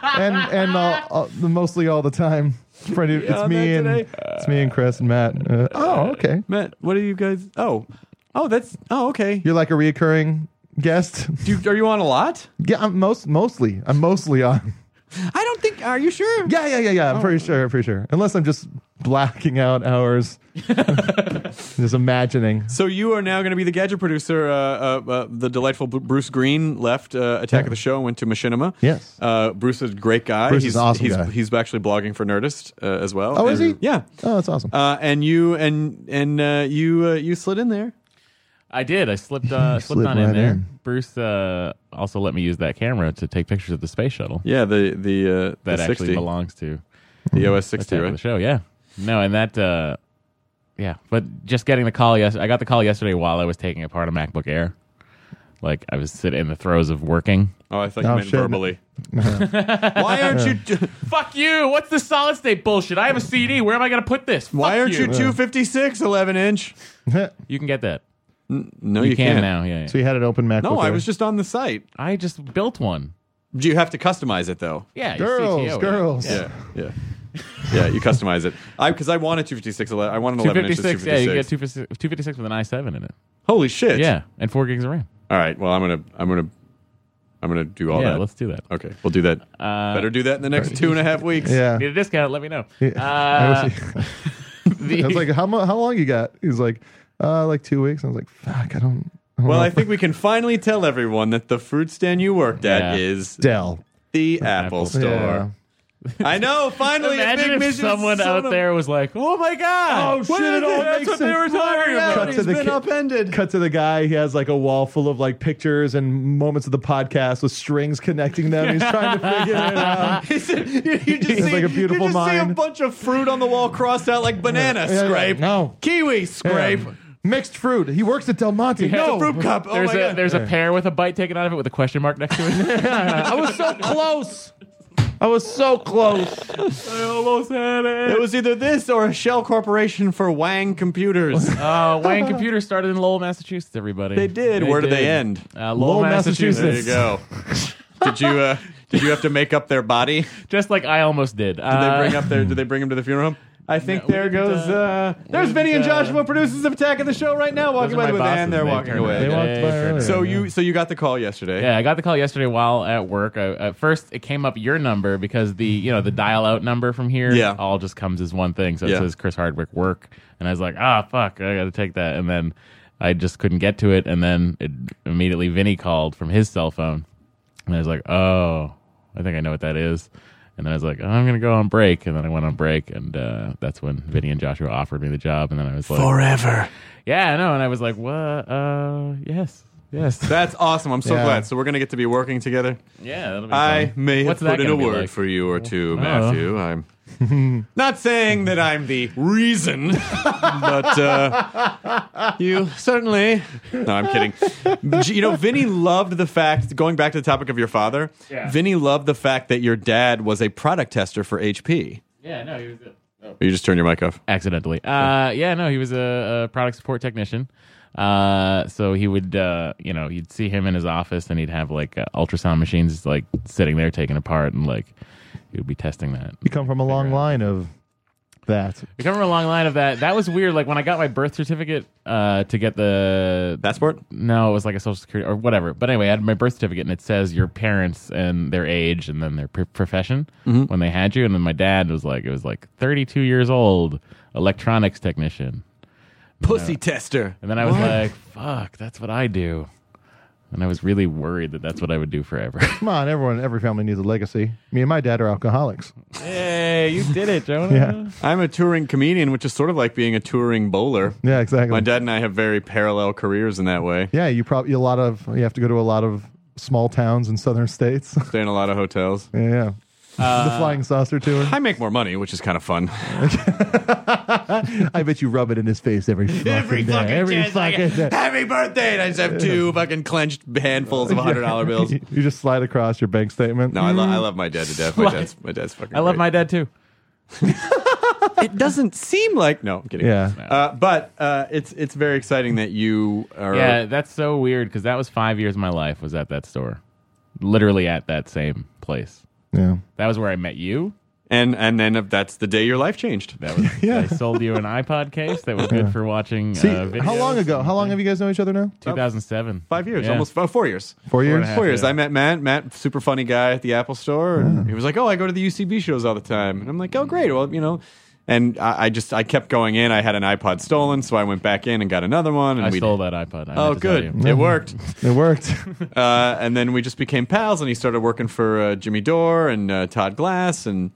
And and, and all, all, mostly all the time. It's pretty- it's
on
me
that
and
today?
it's me and Chris and Matt. Uh, oh, okay.
Matt, what are you guys? Oh, oh, that's oh, okay.
You're like a reoccurring guest.
Do you, are you on a lot?
yeah, I'm most mostly. I'm mostly on.
I don't think. Are you sure?
Yeah, yeah, yeah, yeah. I'm pretty sure. I'm pretty sure. Unless I'm just blacking out hours, just imagining.
So you are now going to be the gadget producer. Uh, uh, uh, the delightful Bru- Bruce Green left uh, Attack of the Show and went to Machinima.
Yes.
Uh, Bruce is a great guy.
Bruce is
he's
an awesome
he's,
guy.
He's actually blogging for Nerdist uh, as well.
Oh, is
And-
he?
Yeah.
Oh, that's awesome.
Uh, and you and and uh, you uh, you slid in there.
I did. I slipped uh, slipped,
slipped
on in
right
there.
in.
Bruce uh, also let me use that camera to take pictures of the space shuttle
Yeah. The the uh,
that
the
actually
60,
belongs to
the OS sixty,
Attack of the
right?
show. Yeah. No, and that. Uh, yeah, but just getting the call. Yes, I got the call yesterday while I was taking apart a MacBook Air. Like I was sitting in the throes of working.
Oh, I thought you
Oh,
meant
shit.
verbally. Why aren't you? t-
Fuck you! What's this solid state bullshit? I have a CD. Where am I gonna put this?
Why aren't you two fifty six eleven inch?
Uh,
You can get that.
No,
You,
you,
can,
can't.
now. Yeah. yeah.
so you had an open MacBook.
No, I
there.
was just on the site.
I just built one.
Do you have to customize it though?
Yeah. your
girls,
CTO, yeah.
girls.
Yeah, yeah, yeah. You customize it. I because I want a two fifty six. I want an eleven inch.
256. Yeah, you can get
256.
256 256 with an i7 in it.
Holy shit!
Yeah, and four gigs of RAM.
All right. Well, I'm gonna, I'm gonna, I'm gonna do all
yeah,
that.
let's do that.
okay, we'll do that.
Uh,
Better do that in the next two and a half weeks.
Yeah.
Need a discount? Let me know.
Yeah.
Uh,
I was, I was like, how, mu- how long you got? He's like, uh, like two weeks. I was like, fuck, I don't. I don't
Well,
know.
I think we can finally tell everyone that the fruit stand you worked at
Yeah.
is
Dell.
the Apple
Apple.
Store. I know. Finally, a big
imagine if
mission
someone
son
out
of-
there was like, "Oh my god!
Oh, shit, it all
That's
makes
what they were
sense.
talking about."
Cut
Reality's
to the
been
ki-
upended.
Cut to the guy. He has like a wall full of like pictures and moments of the podcast with strings connecting them. He's trying to figure it out.
He said- you, you just
It's
see,
like a beautiful
you just see a
mind.
bunch of fruit on the wall crossed out like banana
Yeah, yeah,
scrape,
no.
kiwi scrape.
Yeah. Mixed fruit. He works at Del Monte.
It's a
No.
fruit cup. Oh my
There's a
god.
there's a pear with a bite taken out of it with a question mark next to it.
I was so close. I was so close.
I almost had
it was either this or a shell corporation for Wang Computers.
Uh, Wayne Computer started in Lowell, Massachusetts. Everybody,
They did. Where did they end?
Uh, Lowell,
Lowell,
Massachusetts.
there you go. did you uh, did you have to make up their body? Did
Just like I almost did. Uh,
they bring up their? Did they bring him to the funeral home? I think
we
there
didn't,
goes.
uh,
Uh, there's
didn't,
Vinny and
uh,
Joshua, producers of Attack of the Show, right now, walking
Those are
by
my
the van.
bosses.
They're
They
walking
turned
away.
it
They
down.
walked by
They
earlier.
turned it
So
down.
you so you got the call yesterday.
Yeah, I got the call yesterday while at work. I, at first, it came up your number because the you know the dial out number from here
Yeah.
all just comes as one thing. So it
Yeah.
says Chris Hardwick work, and I was like, ah, fuck, I got to take that. And then I just couldn't get to it, and then it, immediately Vinny called from his cell phone, and I was like, oh, I think I know what that is. And then I was like, oh, I'm gonna go on break, and then I went on break, and uh, that's when Vinny and Joshua offered me the job, and then I was like,
Forever.
yeah, I know, and I was like, what? Uh, yes, yes.
That's awesome. I'm so
Yeah.
glad. So we're gonna get to be working together.
Yeah, that'll be
I
fun.
may have
What's that
put in a
gonna be
word
like? Oh.
for you or two, Matthew. I'm not saying that I'm the reason, but uh, you certainly. No, I'm kidding. J- You know, Vinny loved the fact, going back to the topic of your father,
Yeah.
Vinny loved the fact that your dad was a product tester for HP.
Yeah, no, he was good.
You just turn your mic off.
Accidentally. Uh, yeah, no, he was a, a product support technician. Uh, so he would, uh, you know, you'd see him in his office and he'd have like uh, ultrasound machines like sitting there taken apart and like he would be testing that.
You come from a long line of that.
We come from a long line of that. That was weird. Like when I got my birth certificate uh, to get the
That sport?
No, it was like a social security or whatever. But anyway, I had my birth certificate and it says your parents and their age and then their pr- profession when they had you. And then my dad was like, it was like 32 years old, electronics technician.
Pussy tester.
And then I was like, fuck, that's what I do. And I was really worried that that's what I would do forever.
Come on, everyone, every family needs a legacy. Me and my dad are alcoholics.
hey, you did it, Jonah.
Yeah.
I'm a touring comedian, which is sort of like being a touring bowler.
Yeah, exactly.
My dad and I have very parallel careers in that way.
Yeah, you probably a lot of you have to go to a lot of small towns in southern states.
Stay in a lot of hotels.
yeah, yeah. the flying saucer tour.
I make more money, which is kind of fun.
I bet you rub it in his face every fucking day. every
chance I
fucking
get,
day.
Happy birthday! And I just have two fucking clenched handfuls of hundred dollar bills.
You just slide across your bank statement.
No, I, lo- I love my dad to death. My
Slide.
dad's my dad's fucking.
I love my
great.
dad too.
It doesn't seem like no. I'm kidding.
Yeah.
Uh, but uh, it's it's very exciting that you are.
Yeah, that's so weird because that was five years of my life was at that store, literally at that same place.
Yeah.
That was where I met you.
And and then if that's the day your life changed.
That was I sold you an iPod case that was good for watching.
See,
uh, videos.
how long ago? How long have you guys known each other now?
2007.
Five years,
Yeah.
almost oh, four years.
Four
and a
years.
half.
Four years.
Yeah.
I met Matt. Matt, super funny guy at the Apple Store, and he was like, "Oh, I go to the UCB shows all the time." And I'm like, "Oh, great. Well, you know." And I, I just I kept going in. I had an iPod stolen, so I went back in and got another one. And
I
we
stole that iPod. I
Oh,
meant to tell
good.
you.
It worked.
It worked.
Uh, and then we just became pals, and he started working for uh, Jimmy Dore and uh, Todd Glass, and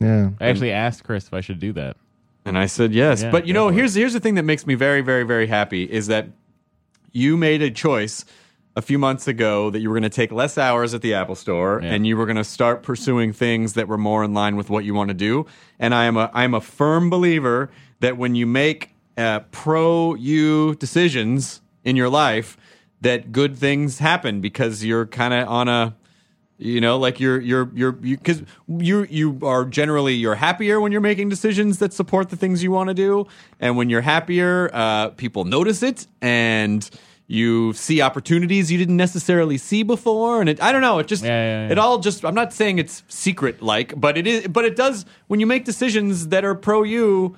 yeah.
I actually asked Chris if I should do that.
and I said yes.
Yeah,
but you
go
know,
for it.
here's here's the thing that makes me very, very, very happy is that you made a choice a few months ago that you were going to take less hours at the Apple Store,
Yeah.
and you were going to start pursuing things that were more in line with what you want to do. And I am a I am a firm believer that when you make uh, pro you decisions in your life, that good things happen because you're kind of on a you know like you're you're you're because you, you are generally you're happier when you're making decisions that support the things you want to do and when you're happier uh, people notice it and you see opportunities you didn't necessarily see before and it i don't know it just
Yeah, yeah, yeah.
it all just i'm not saying it's secret like but it is but it does when you make decisions that are pro you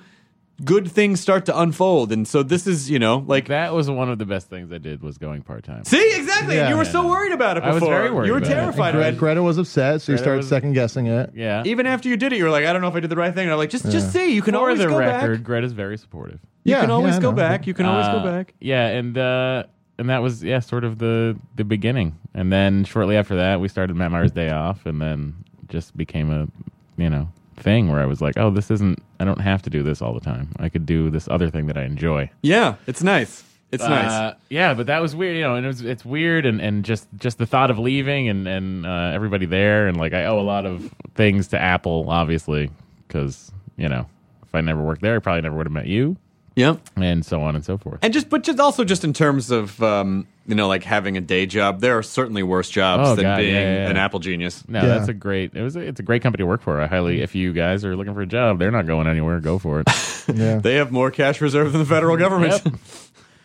good things start to unfold and so this is you know like
That was one of the best things I did was going part time.
see exactly and
Yeah.
you were so worried about it
I
before
was very worried
you were
about it.
terrified
Gre-
of it
Greta was upset, so you started
was-
second guessing it.
Yeah.
even after you did it, you were like, I don't know if I did the right thing. And I'm like, just just see. You can
for
always
the
go
record,
back.
Greta's very supportive.
You
Yeah,
can
yeah,
always
I
go
know.
back. You can always
Uh,
go back.
Yeah, and uh, and that was yeah, sort of the the beginning. And then shortly after that, we started Matt Myers Day Off, and then just became a you know thing where I was like, oh, this isn't. I don't have to do this all the time. I could do this other thing that I enjoy.
Yeah, it's nice. It's nice.
Uh, yeah, but that was weird, you know, and it was, it's weird, and, and just, just the thought of leaving and and uh, everybody there, and like I owe a lot of things to Apple, obviously, because you know if I never worked there, I probably never would have met you,
Yep.
and so on and so forth.
And just, but just also just in terms of, um, you know, like having a day job, there are certainly worse jobs
Oh,
than
God,
being
yeah, yeah, yeah.
an Apple genius.
No,
Yeah.
that's a great. It was. A, it's a great company to work for. I
Mm-hmm.
highly. If you guys are looking for a job, they're not going anywhere. Go for it.
Yeah.
They have more cash reserve than the federal government.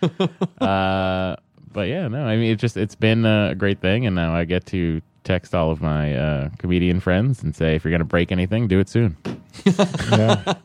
Yep. uh, but yeah, no. I mean, it's just it's been a great thing, and now I get to text all of my uh, comedian friends and say, if you're going to break anything, do it soon.
Yeah.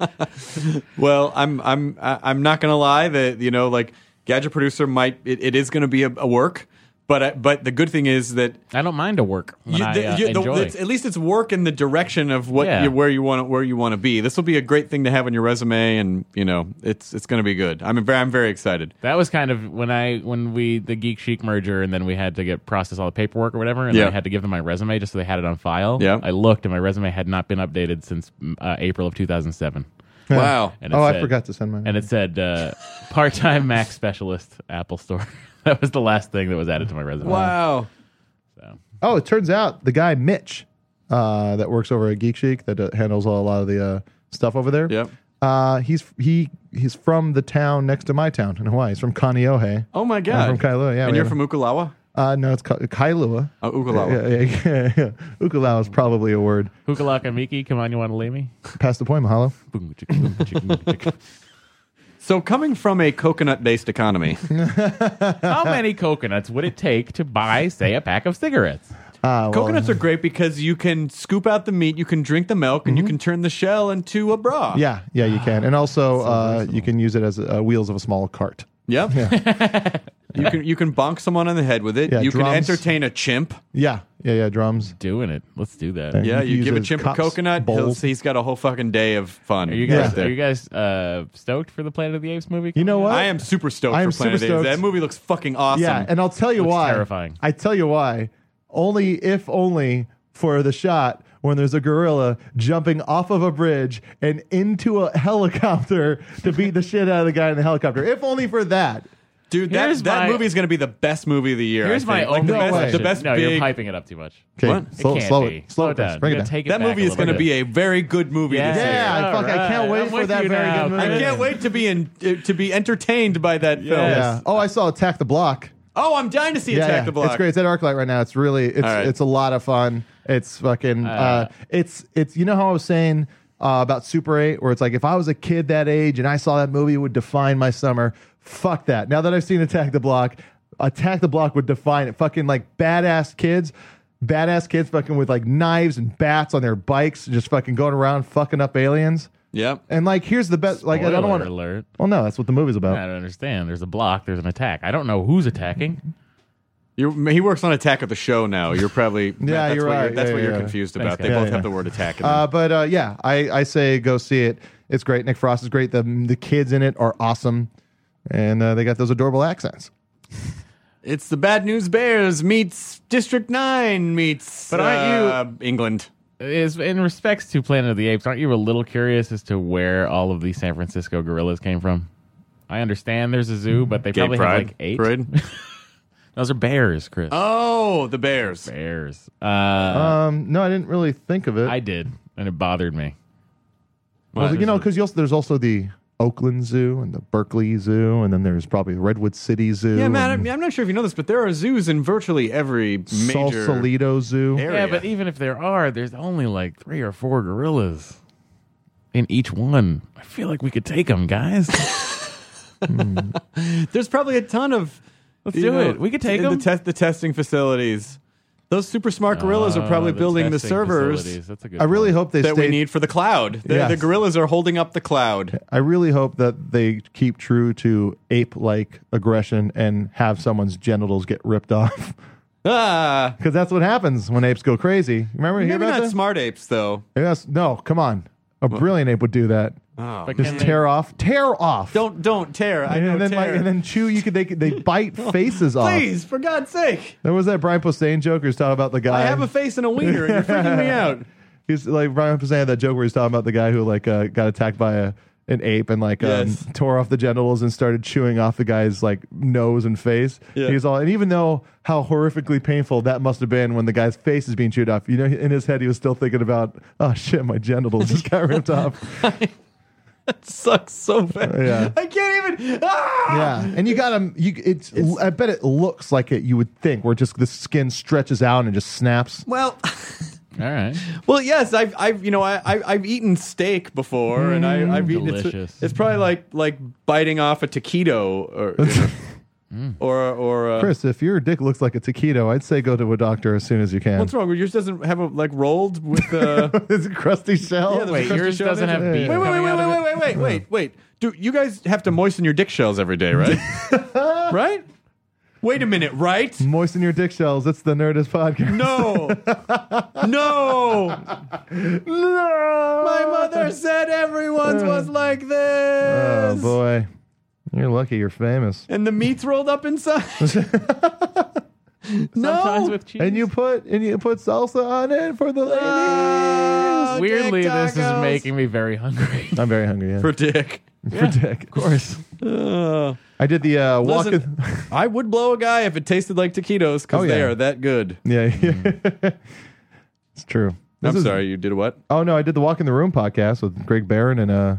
Well, I'm I'm I- I'm not gonna lie that you know like gadget producer might it, it is gonna be a, a work, but I, but the good thing is that
I don't mind a work when
you-
I
the-
uh,
you- the-
enjoy.
it's- at least it's work in the direction of what
Yeah.
you, where you want where you want to be. This will be a great thing to have on your resume, and you know it's it's gonna be good. I'm very I'm very excited.
That was kind of when I when we the Geek Chic merger, and then we had to get process all the paperwork or whatever, and
Yeah.
then I had to give them my resume just so they had it on file.
Yeah.
I looked, and my resume had not been updated since mm, uh, April of 2007.
Wow.
And it
Oh, I
said-
forgot to send mine.
And it said uh, part time Mac specialist, Apple Store. that was the last thing that was added to my resume.
Wow.
Oh, it turns out the guy Mitch, uh, that works over at Geek Chic, that uh, handles a lot of the uh, stuff over there.
Yep.
Uh, he's he he's from the town next to my town in Hawaii. He's from Kaneohe.
Oh my god.
I'm from Kailua. Yeah.
and
we
you're
have
from Ukulawa.
a- Uh, no, it's Ka- Kailua.
Oh, Ukulawa.
Yeah, yeah, yeah, yeah. Ukulawa is probably a word.
Hukalaka Miki, come on, you want to leave me?
Past the point, mahalo.
Boom, chicka, boom, chicka, boom, chicka.
So coming from a coconut-based economy,
How many coconuts would it take to buy, say, a pack of cigarettes?
Uh, well,
coconuts are great because you can scoop out the meat, you can drink the milk, and you can turn the shell into a bra.
Mm-hmm. Yeah, yeah, you can, and also uh, you can use it as uh, wheels of a small cart.
Yep. you can you can bonk someone on the head with it.
Yeah,
you can
drums.
entertain a chimp.
Yeah, yeah, yeah. Drums.
Doing it. Let's do that.
Thank
Yeah,
You
you, give a
use
chimp
cups,
a coconut. he'll-
bowls.
he's got a whole fucking day of fun.
Are you guys
right there.
are you guys uh, stoked for the Planet of the Apes movie?
You know what?
I am super stoked
I am
for Planet
super
Apes. That
stoked.
movie looks fucking awesome.
Yeah, and I'll tell you
Looks
why.
terrifying.
I tell you why. Only if only for the shot when there's a gorilla jumping off of a bridge and into a helicopter to beat the shit out of the guy in the helicopter. If only for that.
Dude, that,
Here's
that
my-
movie is going to be the best movie of the year.
Here's
I
my
think. like
only
the
No
best,
way.
the best
No,
big.
you're hyping it up too much.
Okay,
What?
It
slow,
can't
slow
be.
it, slow it, down.
down.
Bring
You
it
gotta
down.
Take it
that
back
movie is
little
going to
bit.
be a very good movie
Yeah.
this year.
yeah,
All
fuck, I can't
right,
wait
I'm
for
with
that
you
very
now.
good
I
movie.
can't wait to be in, uh, to be entertained by that film.
Yes.
Yeah. Oh, I saw Attack the Block.
Oh, I'm dying to see
Yeah,
Attack
yeah.
the Block.
It's great. It's at ArcLight right now. It's really it's
All right.
it's a lot of fun. It's fucking uh, it's it's you know how I was saying uh, about Super 8 where it's like if I was a kid that age and I saw that movie it would define my summer. Fuck that. Now that I've seen Attack the Block, Attack the Block would define it. Fucking like badass kids. Badass kids fucking with like knives and bats on their bikes, just fucking going around fucking up aliens.
Yep.
And like, here's the best. Like, I don't
Spoiler
want to.
alert.
Well, no, that's what the movie's about.
I don't understand. There's a block. There's an attack. I don't know who's attacking.
You're, he works on Attack of the Show now. You're probably that's
you're
what
right.
You're, that's
Yeah,
what
yeah,
you're
yeah.
confused
Thanks,
about. They
guys.
both
Yeah,
have
yeah.
the word attack. In them.
Uh, but uh, yeah, I, I say go see it. It's great. Nick Frost is great. The the kids in it are awesome, and uh, they got those adorable accents.
it's the Bad News Bears meets District Nine meets.
But aren't
uh, England?
Is in respects to Planet of the Apes, aren't you a little curious as to where all of these San Francisco gorillas came from? I understand there's a zoo, but they
Gay
probably
pride
have like eight.
parade.
Those are bears, Chris.
Oh, the Bears.
Bears. Uh,
Um, no, I didn't really think of it.
I did, and it bothered me.
I was like, you know, because there's also the Oakland Zoo and the Berkeley Zoo, and then there's probably the Redwood City Zoo.
Yeah, man. I
and
mean, I'm not sure if you know this, but there are zoos in virtually every major.
Sausalito Zoo.
area.
Yeah, but even if there are, there's only like three or four gorillas in each one. I feel like we could take them, guys.
There's probably a ton of. Let's
do it. We could take
the
'em.
test the testing facilities. Those super smart gorillas are probably
Uh,
building the
testing
servers
facilities. That's a good
I really hope they
that
stay.
we need for the cloud. The,
Yes.
the gorillas are holding up the cloud.
I really hope that they keep true to ape-like aggression and have someone's genitals get ripped off
Ah,
because that's what happens when apes go crazy. Remember, you hear
maybe
about
not
that?
smart apes though.
Yes. No. Come on. A brilliant ape would do that.
But
Just
can they-
tear off. Tear off.
Don't don't tear. I know
and then
tear.
like and then chew. You could they could- they bite faces off.
Please, for God's sake,
There was that Brian Posehn joke where he's talking about the guy.
I have a face and a wiener, and you're freaking me out.
He's like Brian Posehn had that joke where he's talking about the guy who like uh, got attacked by a an ape and like
Yes.
um, tore off the genitals and started chewing off the guy's like nose and face.
Yeah.
He's all and even though how horrifically painful that must have been when the guy's face is being chewed off, you know, in his head he was still thinking about oh shit, my genitals just got ripped off.
It sucks so bad.
Yeah.
I can't even. Ah!
Yeah, and you got them. You, it's, I bet it looks like it. You would think where just the skin stretches out and just snaps.
Well.
All right.
Well, yes, I've, I've, you know, I, I've, I've eaten steak before, and I, I've eaten. It's,
delicious.
it's probably like, like biting off a taquito, or you know. Or or uh,
Chris, if your dick looks like a taquito, I'd say go to a doctor as soon as you can.
what's wrong? Yours doesn't have a like rolled with. Uh,
it's a crusty shell.
Yeah, there's a
Wait,
crusty
yours
shell
doesn't
there?
have
Yeah.
beef
Wait, wait, wait,
coming
wait,
out of
wait, wait, wait, wait, wait. Dude, you guys have to moisten your dick shells every day, right? right? Wait a minute, right?
Moisten your dick shells. It's the Nerdist podcast.
No. no.
no. Uh.
My mother said everyone's was like this.
Oh boy, you're lucky. You're famous.
And the meat's rolled up inside.
Sometimes
no.
with cheese.
And you put and you put salsa on it for the ladies.
Oh,
Weirdly,
dick
this is
tacos.
making me very hungry.
I'm very hungry. Yeah.
for dick.
For dick, of course. I did the uh, walk.
Listen, I would blow a guy if it tasted like taquitos because
Oh,
they
yeah.
are that good.
yeah, it's true.
Mm.
This
I'm
is-
sorry, you did what?
Oh no, I did the Walk in the Room podcast with Greg Barron and uh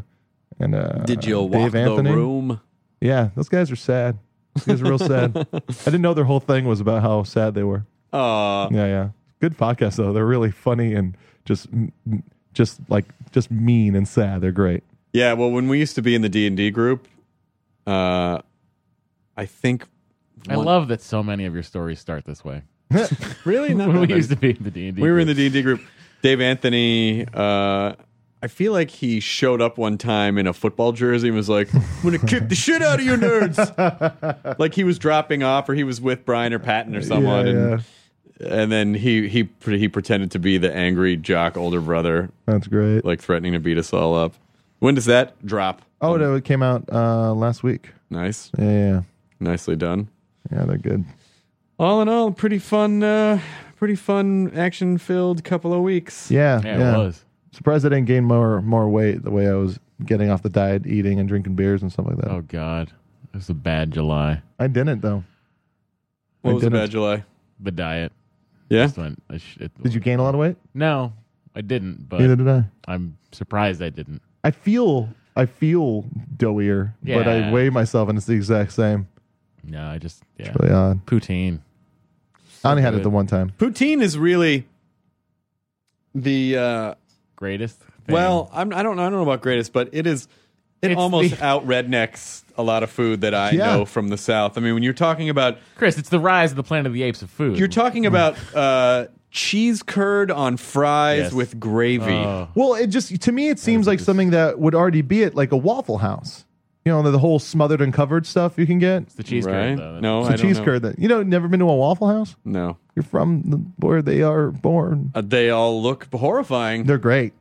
and uh Dave Anthony.
room?
Yeah, those guys are sad. Those guys are real sad. I didn't know their whole thing was about how sad they were.
Aw.
Yeah, yeah. Good podcast though. They're really funny and just just like just mean and sad. They're great.
Yeah, well, when we used to be in the D and D group, uh, I think
I
one-
love that so many of your stories start this way.
really not
When
that
we
many.
used to be in the D and D,
we were in the D and D group. Dave Anthony, uh, I feel like he showed up one time in a football jersey and was like, "I'm gonna kick the shit out of you nerds!" like he was dropping off, or he was with Brian or Patton or someone,
yeah,
and
yeah.
and then he he he pretended to be the angry jock older brother,
That's great.
like threatening to beat us all up. When does that drop?
oh no, it came out uh last week.
Nice,
Yeah, yeah.
nicely done.
Yeah, they're good.
All in all, pretty fun, uh, pretty fun, action-filled couple of weeks.
Yeah,
Yeah, it was.
Surprised I didn't gain more more weight the way I was getting off the diet, eating and drinking beers and stuff like that.
Oh God, it was a bad July.
I didn't though.
What
I
was a
didn't.
bad July?
The diet.
Yeah,
Just went, I sh- it-
Did you gain a lot of weight?
No, I didn't. But
Neither did I.
I'm surprised I didn't.
I feel I feel doughier, but I
Yeah.
weigh myself and it's the exact same.
No, I just yeah.
Really odd.
Poutine.
I only had it
good.
the one time.
poutine is really the uh,
Greatest. Thing.
well. I'm, I don't know. I don't know about greatest, but it is. It
It's
almost
the-
out rednecks a lot of food that I
Yeah.
know from the South. I mean, when you're talking about
Chris, it's the rise of the Planet of the Apes of food.
You're talking about uh, cheese curd on fries
Yes.
with gravy.
Oh.
Well, it just to me it seems like something that would already be at like a Waffle House. You know, the whole smothered and covered stuff you can get.
the cheese
right?
curd, though.
no,
It's
I
the
don't
cheese
know.
curd that you know. Never been to a Waffle House?
No,
You're from the, where they are born.
Uh, they all look horrifying.
They're great.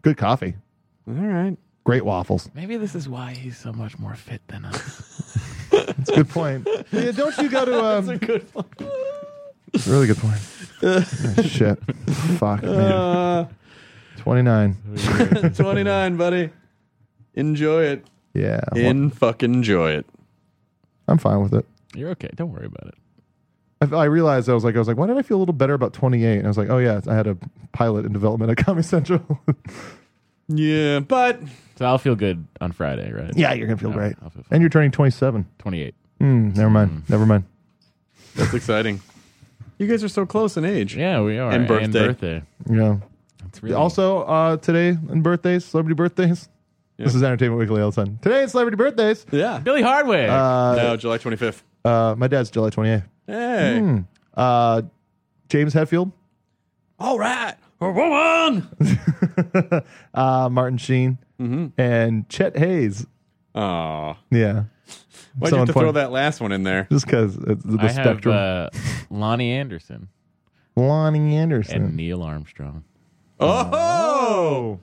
Good coffee.
all right,
Great waffles.
Maybe this is why he's so much more fit than us.
That's a good point. yeah, don't you go to um,
good.
Really good point. Oh, shit. Fuck, man.
Uh,
29.
Twenty nine, buddy. Enjoy it.
Yeah.
In fucking enjoy it.
I'm fine with it.
You're okay. Don't worry about it.
I, I realized I was like, I was like, why did I feel a little better about 28? And I was like, oh, yeah, I had a pilot in development at Comedy Central.
Yeah, but
So I'll feel good on Friday, right?
yeah, you're going to feel
No,
great.
I'll feel fine.
And you're turning 27.
28.
Mm, never mind. Never mind.
that's exciting. You guys are so close in age.
Yeah, we are.
And birthday.
Yeah.
It's really
Also, uh, today in birthdays, celebrity birthdays. This is Entertainment Weekly all the time. Today in celebrity birthdays.
Yeah.
Billy Hardway.
Uh, no, July twenty fifth.
Uh, my dad's July 28th.
Hey.
Uh, James Hetfield,
All right. A woman.
uh, Martin Sheen,
Mm-hmm.
and Chet Hayes.
Aw. Why'd
Yeah.
you
Someone
have to throw
point-
that last one in there?
Just because it's the
I have
spectrum.
uh, Lonnie Anderson
Lonnie Anderson.
and Neil Armstrong.
Oh.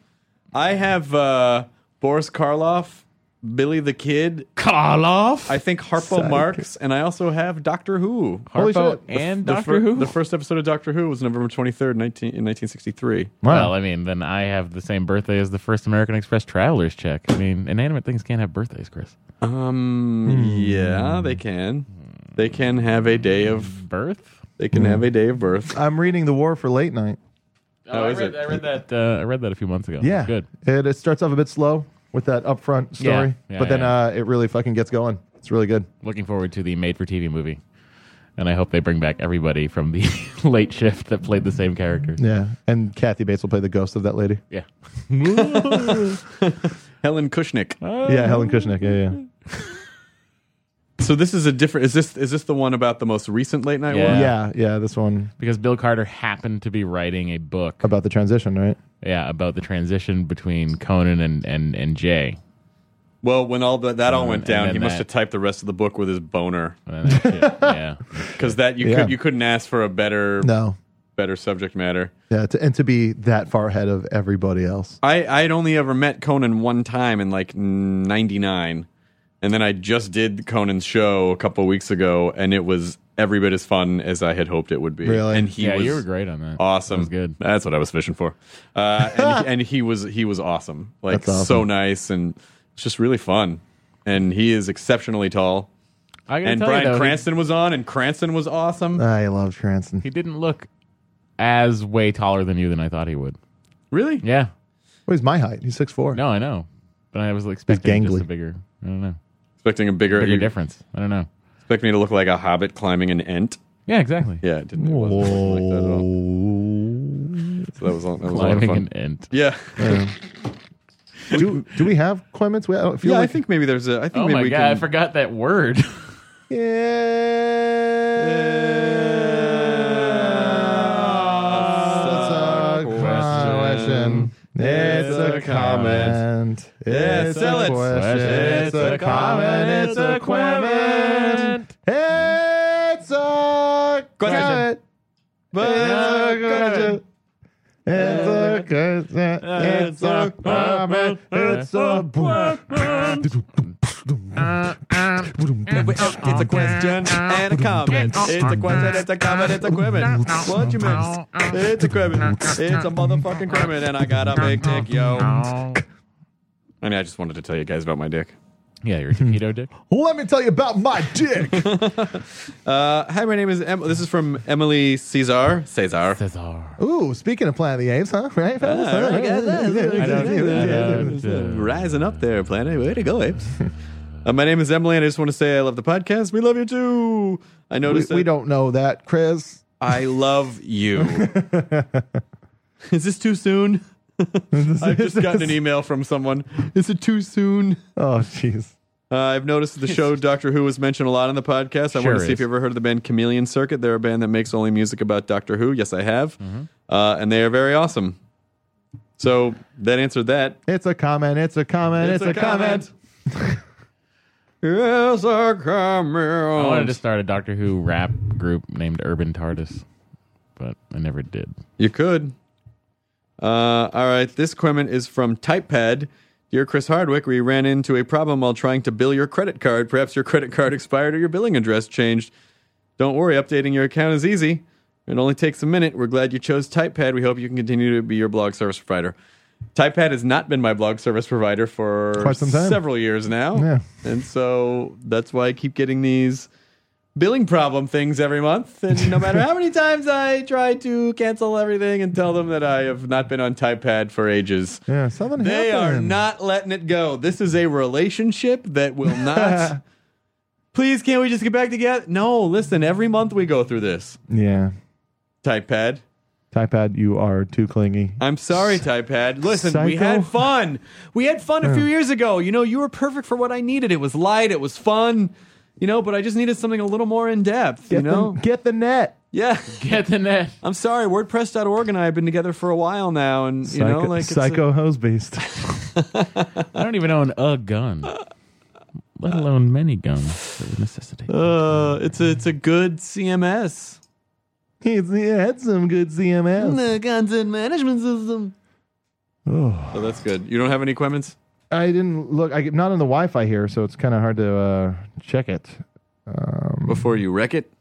I have uh, Boris Karloff, Billy the Kid,
Karloff.
I think Harpo Marx, and I also have Doctor Who.
Holy
Harpo
shit.
and
The
Doctor
fir-
Who.
The first episode of Doctor Who was November 23rd, 19, in 1963.
Well, I mean, then I have the same birthday as the first American Express traveler's check. I mean, inanimate things can't have birthdays, Chris.
Um,
Hmm.
yeah, they can. They can have a day of
Birth?
they can have a day of birth.
I'm reading The War for Late Night.
Oh,
I,
is
read,
it?
I read that. Uh, I read that a few months ago.
Yeah.
It's good.
It, it starts off a bit slow with that upfront story,
Yeah,
but then
yeah.
uh, it really fucking gets going. It's really good.
Looking forward to the made-for-TV movie, and I hope they bring back everybody from the late shift that played the same characters.
Yeah. And Kathy Bates will play the ghost of that lady.
Yeah.
Helen Kushnick.
yeah, Helen Kushnick. Yeah, yeah.
So this is a different. Is this is this the one about the most recent late night
Yeah.
one?
Yeah, yeah, this one
because Bill Carter happened to be writing a book,
about the transition, right?
yeah, about the transition between Conan and and and Jay.
Well, when all the, that all went
and
down,
then
he must
that.
have typed the rest of the book with his boner
And that shit, Uh, yeah,
because that you
Yeah.
could you couldn't ask for a better
No.
better subject matter.
Yeah, to, and to be that far ahead of everybody else.
I I'd only ever met Conan one time in like '99, and then I just did Conan's show a couple weeks ago, and it was every bit as fun as I had hoped it would be.
Really?
and he
yeah,
was
you were great on that.
awesome.
That was good.
That's what I was fishing for. Uh, and, and he was he was awesome. Like
That's awesome.
so nice and it's just really fun. And he is exceptionally tall.
I gotta
And
tell you,
Brian
though, he-
Cranston was on, and Cranston was awesome.
I love Cranston.
he didn't look as way taller than you than I thought he would.
really?
Yeah,
Well, he's my height. He's six four.
no, I know, but I was expecting just
gangly.
a bigger. I don't know,
Expecting a bigger,
bigger
you
difference. I don't know.
expect me to look like a hobbit climbing an ent.
Yeah, exactly.
Yeah, it didn't. It wasn't like that at all. So that was, all- that was a lot of
Climbing
fun.
an ant.
Yeah,
Oh. do, do we have Clements? We, I don't feel
yeah. I
like-
think maybe there's a. I think
Oh
maybe
my
we
god, I
can.
forgot that word.
It's a question. It's a comment. It's
Sell
a
it.
question. It's a comment. It's a comment. It's a comment. It's a question. It's a question. It's a comment. It's a
It's a question and a comment. It's a question, it's a comment, it's a equipment. What you miss? It's equipment. It's a motherfucking equipment, and I got a big dick, yo. I mean, I just wanted to tell you guys about my dick.
yeah, you're a torpedo dick.
Let me tell you about my dick.
Uh, hi, my name is Em- This is from Emily Cesar. Cesar.
Cesar.
Ooh, speaking of Planet of the Apes, huh? Right? fellas? All right.
I don't, I don't, uh,
Rising up there, planet. Way to go, apes. Uh, my name is Emily, and I just want to say I love the podcast. We love you too. I
We,
noticed
we
that-
don't know that, Chris.
I love you. Is this too soon? I've just gotten an email from someone. Is it too soon?
Oh, jeez.
Uh, I've noticed the show Doctor Who was mentioned a lot on the podcast. I
Sure
want to see
is.
if you ever heard of the band Chameleon Circuit. They're a band that makes only music about Doctor Who. Yes, I have.
Mm-hmm.
Uh, and they are very awesome. So that answered that.
It's a comment. It's a comment. It's, a, comment.
It's a comment.
I wanted to start a Doctor Who rap group named Urban TARDIS, but I never did.
You could. Uh, all right. This comment is from TypePad. Dear Chris Hardwick, we ran into a problem while trying to bill your credit card. Perhaps your credit card expired or your billing address changed. Don't worry, updating your account is easy. It only takes a minute. We're glad you chose TypePad. We hope you can continue to be your blog service provider. TypePad has not been my blog service provider for
Quite some time.
several years now.
Yeah.
And so that's why I keep getting these billing problem things every month. And no matter how many times I try to cancel everything and tell them that I have not been on TypePad for ages,
Yeah, something
they are
happened.
not letting it go. This is a relationship that will not. Please, can't we just get back together? No, listen, every month we go through this.
Yeah.
TypePad.
Typepad, you are too clingy.
I'm sorry, Typepad. Listen, we
Psycho?
had fun. We had fun a few years ago. You know, you were perfect for what I needed. It was light, it was fun, you know, but I just needed something a little more in depth, you
Get,
know?
the, get the net.
Yeah.
Get the net.
I'm sorry, WordPress.org and I have been together for a while now, and you
Psycho,
know, like it's a-
psycho hose beast.
I don't even own a gun, let alone many guns that would necessitate.
uh, it's a it's a good CMS.
He's he had some good CMS.
content management system.
Oh.
Oh, that's good. You don't have any equipments?
I didn't look. I, not on the Wi-Fi here, so it's kind of hard to uh, check it. Um,
before you wreck it,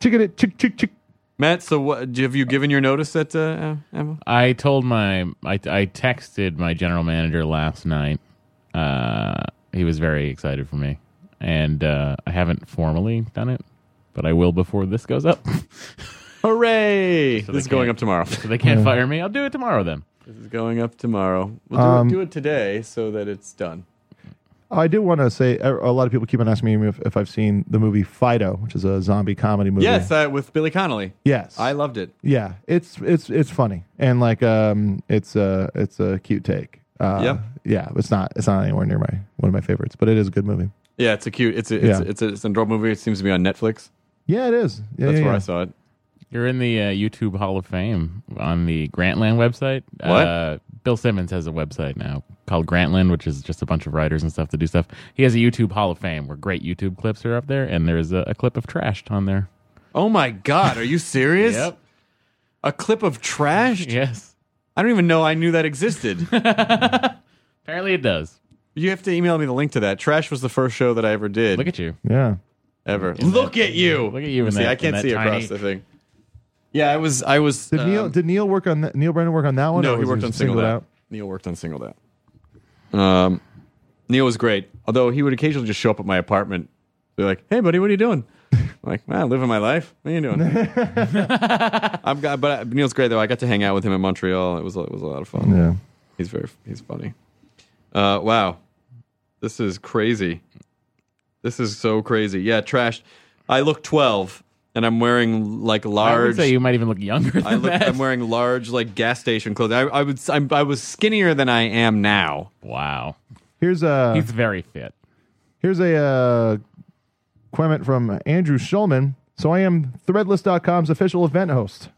check it. Check check check.
Matt. So, what have you given your notice at uh, Emma?
I told my I, I texted my general manager last night. Uh, he was very excited for me, and uh, I haven't formally done it, but I will before this goes up.
Hooray!
they
this is going
can't-
up tomorrow.
so they can't fire me. I'll do it tomorrow then.
this is going up tomorrow. We'll do,
Um,
it, do it today so that it's done.
I do want to say uh, a a lot of people keep on asking me if, if I've seen the movie Fido, which is a zombie comedy movie.
Yes, uh, with Billy Connolly.
yes,
I loved it.
yeah. It's it's it's funny and like um, it's a it's a cute take. Uh,
Yep.
Yeah, it's not it's not anywhere near my one of my favorites, but it is a good movie.
Yeah, it's a cute. It's a it's
Yeah.
a, it's, a, it's an adult movie. It seems to be on Netflix.
Yeah, it is. Yeah,
That's
yeah,
where I
yeah.
saw it.
You're in the uh, YouTube Hall of Fame on the Grantland website.
What?
Uh, Bill Simmons has a website now called Grantland, which is just a bunch of writers and stuff that do stuff. He has a YouTube Hall of Fame where great YouTube clips are up there, and there's a, a clip of Trashed on there.
Oh my god, are you serious? A clip of trash?
Yes.
I don't even know I knew that existed.
Apparently it does.
you have to email me the link to that. Trash was the first show that I ever did.
Look at you.
Yeah.
ever. Look at you.
Look at you in
See,
that-
I
in
can't
that
see
tiny-
across the thing. Yeah, I was. I was.
Did Neil
um,
did Neil work on that? Neil Brennan work on that one?
no,
or
he
Oh, was
worked on
just
singled, out. Neil worked on singled out. Um, Neil was great, although he would occasionally just show up at my apartment. Be like, "Hey, buddy, what are you doing?" I'm like, "Man, living my life. What are you doing?" I've got, but uh, Neil's great though. I got to hang out with him in Montreal. It was it was a lot of fun.
Yeah.
He's very he's funny. Uh, wow, this is crazy. This is so crazy. Yeah, trashed. I look twelve, and I'm wearing like
I would
large.
say you might even look younger than
I look,
that.
I'm wearing large like gas station clothing. I, I would s- I'm, I was skinnier than I am now.
wow.
Here's a
He's very fit.
here's a uh, comment from Andrew Schulman. So I am Threadless.com's official event host.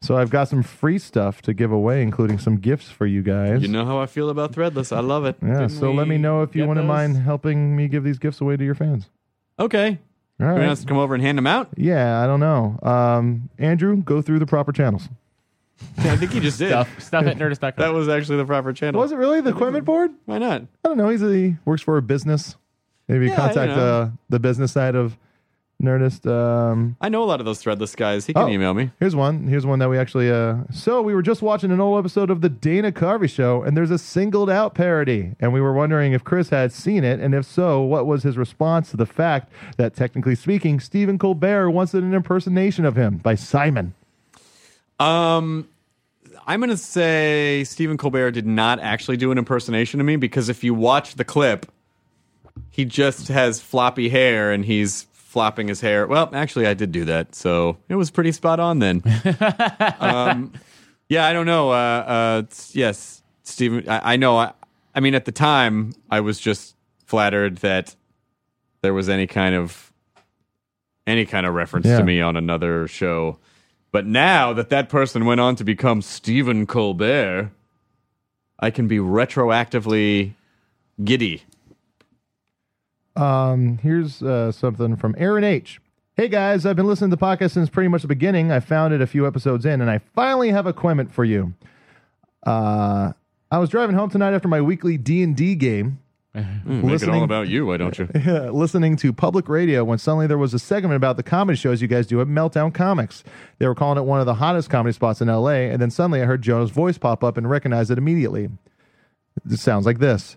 So I've got some free stuff to give away, including some gifts for you guys.
You know how I feel about Threadless. I love it.
yeah.
didn't
So let me
we
know if you
get
wouldn't
those?
mind helping me give these gifts away to your fans.
Okay,
All
you
right.
want us to come over and hand them out?
Yeah, I don't know. Um, Andrew, go through the proper channels.
I think you just did.
Stuff, stuff at nerdist.com.
That was actually the proper channel.
Was it really the equipment board?
Why not?
I don't know. He's a, he works for a business. Maybe
Yeah, you
contact
know.
uh, the business side of Nerdist. Um,
I know a lot of those Threadless guys. He can
Oh.
email me.
here's one. Here's one that we actually. Uh, so we were just watching an old episode of the Dana Carvey show, and there's a singled out parody, and we were wondering if Chris had seen it, and if so, what was his response to the fact that, technically speaking, Stephen Colbert once did an impersonation of him by Simon.
Um, I'm going to say Stephen Colbert did not actually do an impersonation of me because if you watch the clip, he just has floppy hair and he's flopping his hair. Well, actually, I did do that, so it was pretty spot on then. um, yeah, I don't know. Uh, uh, s- yes, Stephen, I, I know. I, I mean, at the time, I was just flattered that there was any kind of any kind of reference
Yeah.
to me on another show. But now that that person went on to become Stephen Colbert, I can be retroactively giddy.
Um, here's uh, something from Aaron H. Hey guys, I've been listening to the podcast since pretty much the beginning. I found it a few episodes in, and I finally have a comment for you. Uh, I was driving home tonight after my weekly D and D game,
Make it
Listening-
all about you, why don't you?
listening to public radio when suddenly there was a segment about the comedy shows you guys do at Meltdown Comics. They were calling it one of the hottest comedy spots in LA, and then suddenly I heard Jonah's voice pop up and recognized it immediately. It sounds like this.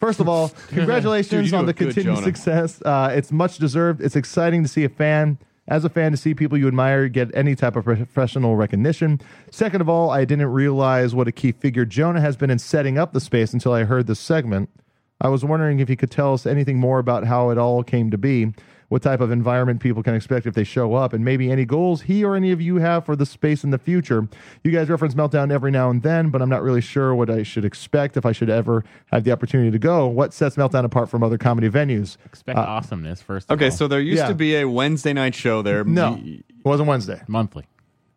First of all,
Dude,
congratulations
you do
on
a
the
good
continued
Jonah.
success. Uh, it's much deserved. It's exciting to see a fan, as a fan, to see people you admire get any type of professional recognition. Second of all, I didn't realize what a key figure Jonah has been in setting up the space until I heard this segment. I was wondering if you could tell us anything more about how it all came to be, what type of environment people can expect if they show up, and maybe any goals he or any of you have for the space in the future. You guys reference Meltdown every now and then, but I'm not really sure what I should expect if I should ever have the opportunity to go. What sets Meltdown apart from other comedy venues?
Expect awesomeness first. of
Okay,
all.
so there used
Yeah.
to be a Wednesday night show there.
No,
Y-
it wasn't Wednesday.
monthly.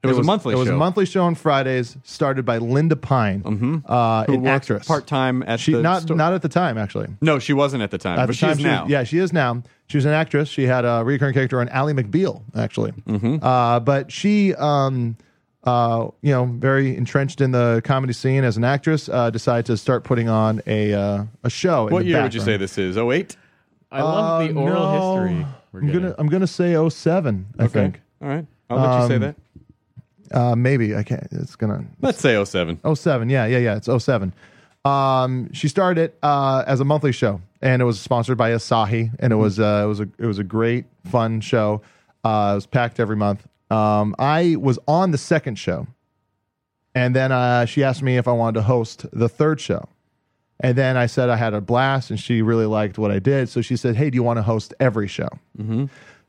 It was, a monthly
It
show. Mm-hmm.
was a monthly show on Fridays, started by Linda Pine, uh, an actress.
Part time at
She
the
not
store.
not at the time actually.
no, she wasn't at the time,
At
but
the time
she's
was-
now.
yeah, she is now. She was an actress. She had a recurring character on Ally McBeal, actually.
Mm-hmm.
Uh, but she, um, uh, you know, very entrenched in the comedy scene as an actress, uh, decided to start putting on a uh, a show. in
What
the
year would you say
background.
this is? 08?
I love
Uh,
the oral
no.
history. We're
I'm gonna I'm gonna say 07, I think.
All right. I'll let
Um,
you say that.
Uh, maybe I can't. It's gonna
Let's say 07.
07. Oh, Yeah, yeah, yeah. It's 07. Um, she started it uh, as a monthly show, and it was sponsored by Asahi, and it was uh, it was a it was a great fun show. Uh, it was packed every month. Um, I was on the second show, and then uh, she asked me if I wanted to host the third show, and then I said I had a blast, and she really liked what I did, so she said, "Hey, do you want to host every show?"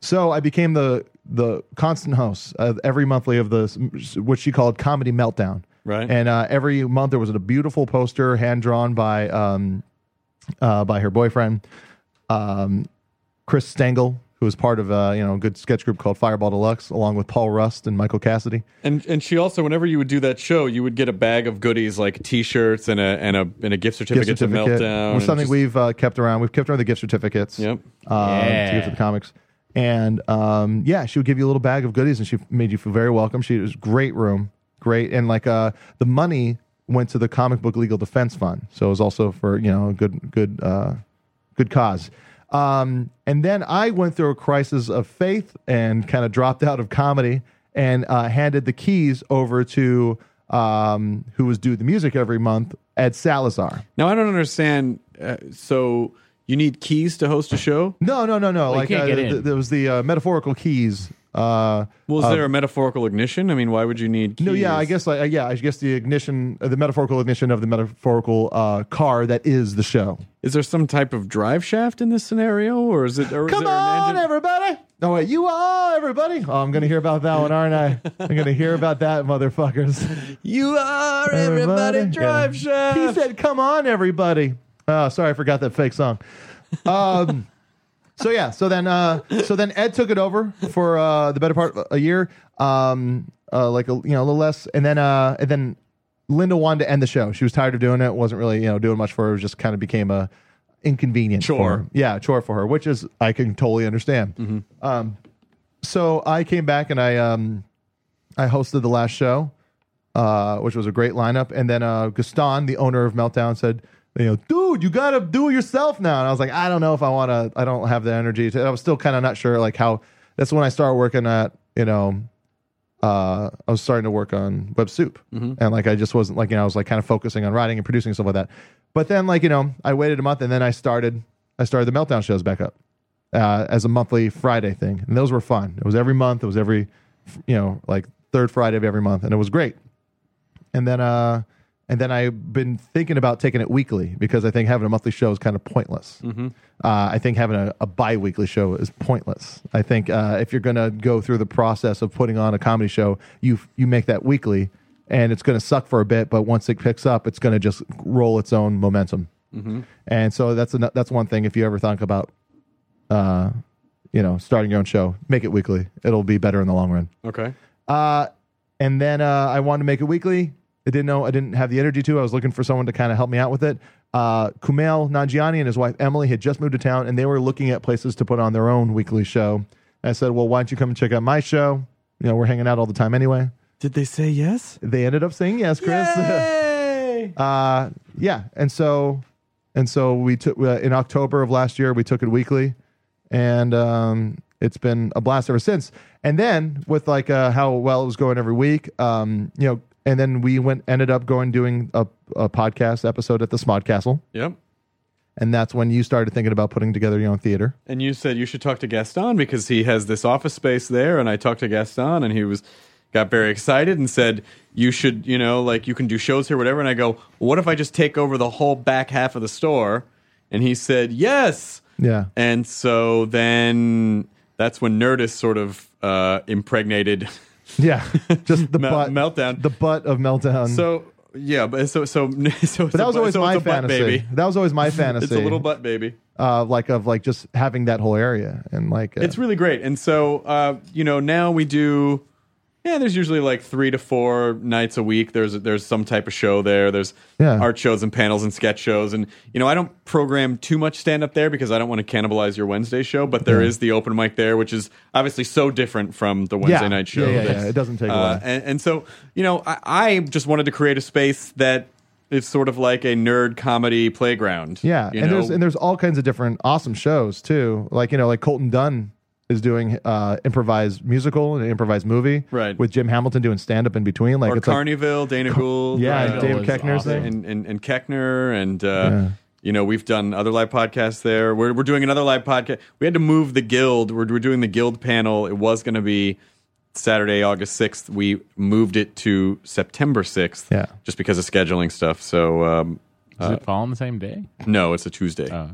So I became the the constant host of every monthly of the what she called comedy meltdown.
Right.
And uh, every month there was a beautiful poster hand drawn by um, uh, by her boyfriend. um, Chris Stengel, who was part of uh, you know a good sketch group called Fireball Deluxe, along with Paul Rust and Michael Cassidy.
And and she also, whenever you would do that show, you would get a bag of goodies like T-shirts and a and a and a gift certificate,
Gift certificate,
to Meltdown. and
was something
just-
we've uh, kept around. We've kept around the gift certificates.
Yep.
uh, to
Yeah.
give to the comics. And um, yeah, she would give you a little bag of goodies, and she made you feel very welcome. She it was a great room, great, and like uh, the money went to the comic book legal defense fund, so it was also for you know a good good uh, good cause. Um, and then I went through a crisis of faith and kind of dropped out of comedy and uh, handed the keys over to um, who was due the music every month, Ed Salazar.
Now I don't understand. Uh, so you need keys to host a show?
No, no, no, no.
you
like
can't
uh,
get
th-
in.
th- there was the uh, metaphorical keys. Uh,
Was
uh,
there a metaphorical ignition? I mean, why would you need? Keys?
No, yeah, I guess like uh, yeah, I guess the ignition, uh, the metaphorical ignition of the metaphorical uh, car that is the show.
Is there some type of drive shaft in this scenario, or is it? Or is
Come
there an
on,
engine?
everybody! No, wait, you all, everybody! Oh, I'm gonna hear about that one, aren't I? I'm gonna hear about that, motherfuckers.
You are everybody, drive
Yeah.
shaft.
He said, "Come on, everybody!" Oh, sorry, I forgot that fake song. Um, so yeah, so then uh, so then Ed took it over for uh, the better part of a year, um, uh, like a, you know a little less, and then uh, and then Linda wanted to end the show. She was tired of doing it. wasn't really you know doing much for her. It just kind of became a inconvenient for
Chore.
her. Yeah, chore for her, which is I can totally understand. Um, so I came back and I um, I hosted the last show, uh, which was a great lineup. And then uh, Gaston, the owner of Meltdown, said, "You know, dude, you gotta do it yourself now." And I was like, "I don't know if I want to. I don't have the energy." To, I was still kind of not sure, like how. That's when I started working at you know, uh, I was starting to work on Web Soup, and like I just wasn't like you know I was like kind of focusing on writing and producing and stuff like that. But then like you know I waited a month and then I started I started the Meltdown shows back up uh, as a monthly Friday thing, and those were fun. It was every month. It was every, you know, like third Friday of every month, and it was great. And then, uh, and then I've been thinking about taking it weekly because I think having a monthly show is kind of pointless. Uh, I think having a, a bi-weekly show is pointless. I think uh, if you're going to go through the process of putting on a comedy show, you you make that weekly, and it's going to suck for a bit, but once it picks up, it's going to just roll its own momentum. And so that's an, that's one thing. If you ever think about uh, you know, starting your own show, make it weekly. It'll be better in the long run.
Okay.
Uh, and then uh, I wanted to make it weekly. I didn't know I didn't have the energy to. I was looking for someone to kind of help me out with it. Uh, Kumail Nanjiani and his wife Emily had just moved to town, and they were looking at places to put on their own weekly show. I said, "Well, why don't you come and check out my show? You know, we're hanging out all the time anyway."
Did they say yes?
They ended up saying yes, Chris. uh, yeah, and so and so we took uh, in October of last year we took it weekly, and um, it's been a blast ever since. And then with like uh, how well it was going every week, um, you know, and then we went ended up going doing a, a podcast episode at the Smod Castle,
Yep.
and that's when you started thinking about putting together your own theater.
And you said you should talk to Gaston because he has this office space there. And I talked to Gaston, and he was got very excited and said, "You should, you know, like you can do shows here, whatever." And I go, "What if I just take over the whole back half of the store?" And he said, "Yes."
Yeah.
And so then that's when Nerdist sort of uh, impregnated.
Yeah, just the
Mel-
butt
Meltdown.
the butt of meltdown.
so yeah, but so so so.
but that was always my fantasy.
baby.
That was always my fantasy.
It's a little butt baby.
uh, like of like just having that whole area and like uh,
It's really great. And so, uh, you know, now we do. Yeah, there's usually like three to four nights a week. There's there's some type of show there. There's
Yeah.
art shows and panels and sketch shows, and you know I don't program too much stand up there because I don't want to cannibalize your Wednesday show. But there is the open mic there, which is obviously so different from the Wednesday
Yeah.
night show.
Yeah, yeah,
That's-
yeah. It doesn't take
uh,
away.
and, and so you know I, I just wanted to create a space that is sort of like a nerd comedy playground.
Yeah,
you
and there's
know?
and there's all kinds of different awesome shows too. Like you know, like Colton Dunn is doing uh improvised musical and an improvised movie,
Right.
With Jim Hamilton doing stand up in between, like
or
it's like-
Carneyville, Dana Gould,
yeah,
uh,
and David
was
Keckner's
awesome.
thing.
and and, and Keckner and uh, you know we've done other live podcasts there. We're we're doing another live podcast. We had to move the guild. We're we're doing the guild panel. It was going to be Saturday, August sixth. We moved it to September sixth.
Yeah.
just because of scheduling stuff. So um,
Does it fall on the same day?
no, it's a Tuesday.
Oh.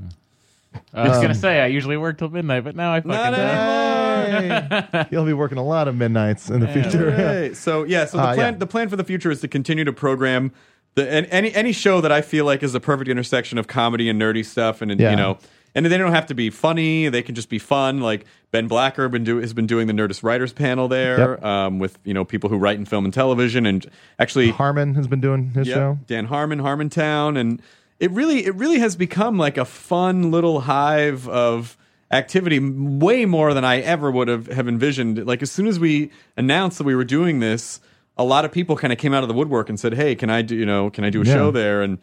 I was gonna say I usually work till midnight, but uh, now I fucking
Um, Not
don't.
Hey! He'll be working a lot of midnights in the future.
Hey, so yeah, so the
Uh,
plan
yeah.
the plan for the future is to continue to program the and any any show that I feel like is the perfect intersection of comedy and nerdy stuff, and, and,
Yeah.
you know, and they don't have to be funny. They can just be fun. Like Ben Blacker been do, has been doing the Nerdist Writers panel there
Yep.
um, with you know people who write in film and television, and actually
Harmon has been doing his
yeah,
show.
Dan Harmon, Harmontown, and it really it really has become like a fun little hive of activity, m- way more than I ever would have, have envisioned. Like as soon as we announced that we were doing this, a lot of people kind of came out of the woodwork and said, "Hey, can I do you know can I do a
Yeah.
show there?" and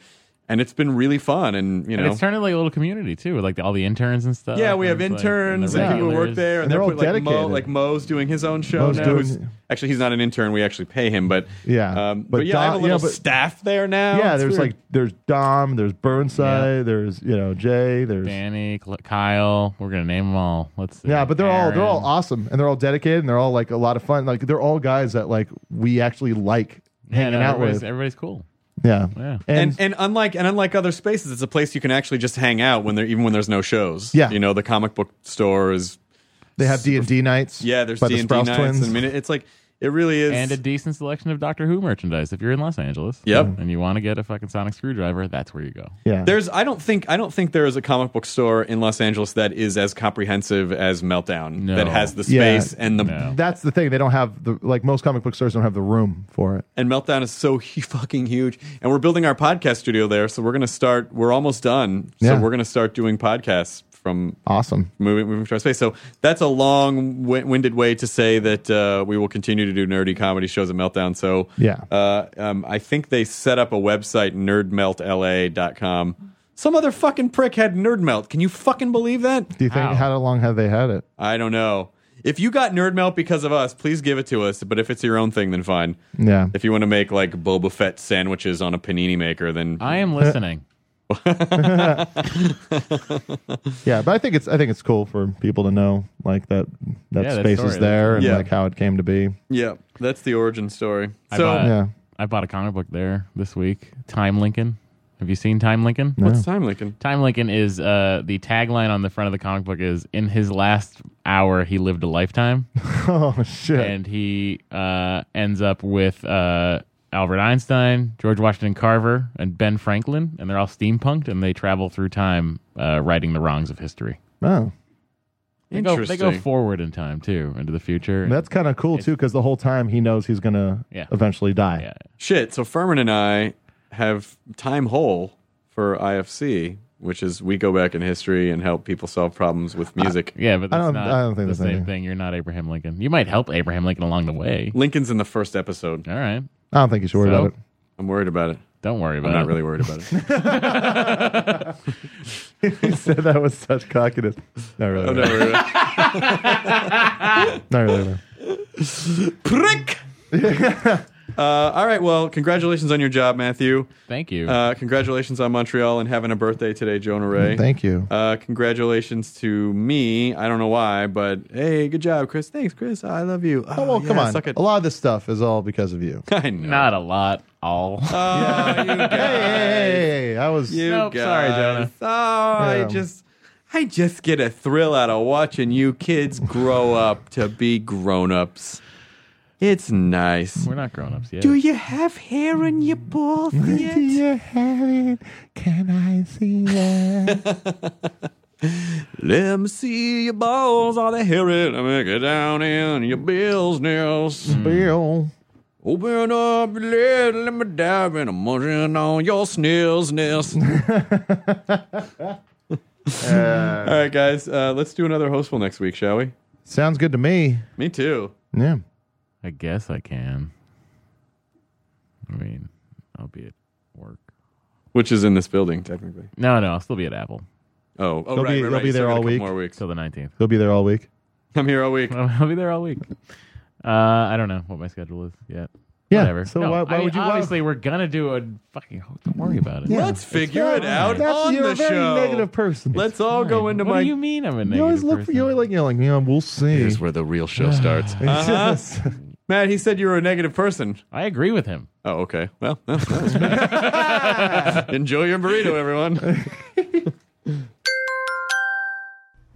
and it's been really fun, and you know.
And it's turned into like a little community too, with like all the interns and stuff.
yeah, we
and
have
it's, like, and
interns
the
and people who work
regulars.
there, and
And they're
they're
all
put, like Mo,
dedicated.
like Mo's doing his own show
Mo's
now.
doing-
who's- actually, he's not an intern; we actually pay him, but
Yeah,
um, but,
but
yeah, I have a
Don- yeah,
little
but-
staff there now.
yeah,
It's
there's
Oh, weird.
like there's Dom, there's Burnside, there's you know Jay, there's
Danny, Cl- Kyle. We're gonna name them all. Let's. see.
yeah, but they're all they're all
Aaron.
awesome and they're all dedicated and they're all like a lot of fun. Like they're all guys that like we actually like
Yeah,
hanging
no,
out
everybody's,
with.
everybody's cool.
Yeah,
Yeah.
and, and unlike and unlike other spaces, it's a place you can actually just hang out when there even when there's no shows.
Yeah.
you know the comic book store is
they have D and D nights.
yeah. There's
by
D
the
and D
Sprouse
nights.
twins.
I mean, it- it's like it really is.
And a decent selection of Doctor Who merchandise if you're in Los Angeles. Mm-hmm.
Yep.
And you want to get a fucking sonic screwdriver, that's where you go.
yeah,
there's I don't think I don't think there is a comic book store in Los Angeles that is as comprehensive as Meltdown
No.
that has the
Yeah.
space and the
No.
that's the thing. They don't have the like most comic book stores don't have the room for it.
and Meltdown is so hu- fucking huge. And we're building our podcast studio there, so we're gonna start. We're almost done,
Yeah.
so we're gonna start doing podcasts from
Awesome.
moving moving to our space. So that's a long wi- winded way to say that uh, we will continue to do nerdy comedy shows at Meltdown. So
Yeah.
uh, um, I think they set up a website nerdmeltla.com. Some other fucking prick had nerdmelt. Can you fucking believe that?
Do you think
How?
how long have they had it?
I don't know. If you got nerdmelt because of us, please give it to us. But if it's your own thing, then fine.
Yeah,
If you want to make like Boba Fett sandwiches on a panini maker, then
I am listening.
yeah, but I think it's I think it's cool for people to know like that that
Yeah, that
space
story,
is there and
Yeah.
like how it came to be.
yeah, that's the origin story.
I
So
bought-
Yeah.
I bought a comic book there this week. Time Lincoln. Have you seen Time Lincoln?
what's time, Lincoln?
Time Lincoln is uh, the tagline on the front of the comic book is in his last hour he lived a lifetime,
Oh shit.
and he uh, ends up with uh, Albert Einstein, George Washington Carver, and Ben Franklin, and they're all steampunked and they travel through time, uh, righting the wrongs of history.
oh.
They go, they
Interesting.
go forward in time too, into the future.
That's kind of cool too, because the whole time he knows he's gonna
Yeah.
eventually die.
Yeah.
Shit. So Furman and I have time hole for IFC, which is we go back in history and help people solve problems with
Uh,
music.
yeah, but
I
that's
don't-
not
I don't think
the
that's
same
anything.
thing. You're not Abraham Lincoln. You might help Abraham Lincoln along the way.
Lincoln's in the first episode.
All right,
I don't think you should worry
So?
about
I'm worried about it.
don't worry
I'm
about it.
not really worried about it.
it. he said that was such cockiness. Not really.
I'm not worried about it.
Not really. no.
Prick. Uh, all right. Well, congratulations on your job, Matthew.
Thank you.
Uh, congratulations on Montreal and having a birthday today, Jonah Ray.
Thank you.
Uh, congratulations to me. I don't know why, but hey, good job, Chris. Thanks, Chris. I love you.
oh well,
yeah,
come on.
Suck it.
A lot of this stuff is all because of you.
I know.
not a lot. All.
Oh, you
hey,
guys.
hey, hey, hey, I was.
You
Nope,
guys.
sorry, Jonah.
Oh, I
Yeah.
just, I just get a thrill out of watching you kids grow up to be grown-ups. It's nice.
We're not grown ups yet.
Do you have hair in your balls yet?
you have it? Can I see it?
Let me see your balls. All the hair it. I make it down in your business.
Bill.
Open up your lid, let me dive in a munching on your snails nest. All right, guys, uh, let's do another hostful next week, shall we?
Sounds good to me.
Me too.
Yeah.
I guess I can. I mean, I'll be at work.
Which is in this building, technically.
No, no, I'll still be at Apple
Oh, oh
They'll
right,
be-
right, right.
they'll be
You still
there
got a
all
couple
week.
More weeks.
till the 19th.
He'll be there all week.
I'm here all week.
I'll be there all week. Uh, I don't know what my schedule is yet.
Yeah,
Whatever.
so
No,
why-
I
why
mean,
would you- why-
Obviously, we're gonna do a fucking. Don't worry about it.
Yeah.
Let's figure it out
That's,
on
you're
the
a very
show.
negative person.
Let's all go into
what
my.
do you mean I'm a negative
you always look. For,
person?
you always like. You're like. Yeah, we'll see.
Here's where the real show starts. Uh-huh.
Yes.
Matt, he said you were a negative person.
I agree with him.
Oh, okay. Well, that- that was bad. enjoy your burrito, everyone.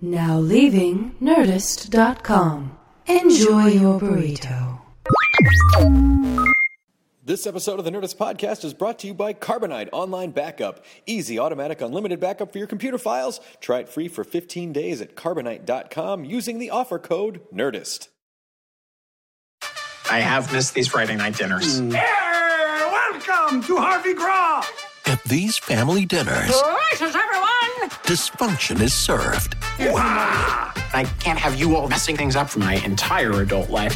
Now leaving Nerdist.com. Enjoy your burrito.
This episode of the Nerdist Podcast is brought to you by Carbonite Online Backup. Easy, automatic, unlimited backup for your computer files. Try it free for 15 days at carbonite.com using the offer code NERDIST.
I have missed these Friday night dinners.
welcome to Harvey Graw.
At these family dinners,
Gracious, everyone.
dysfunction is served.
I can't have you all messing things up for my entire adult life.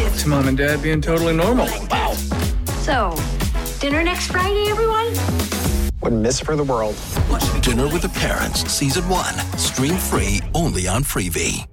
It's mom and dad being totally normal. Wow.
So, dinner next Friday, everyone?
Wouldn't miss for the world.
Dinner with the Parents, Season 1. Stream free only on Freevee.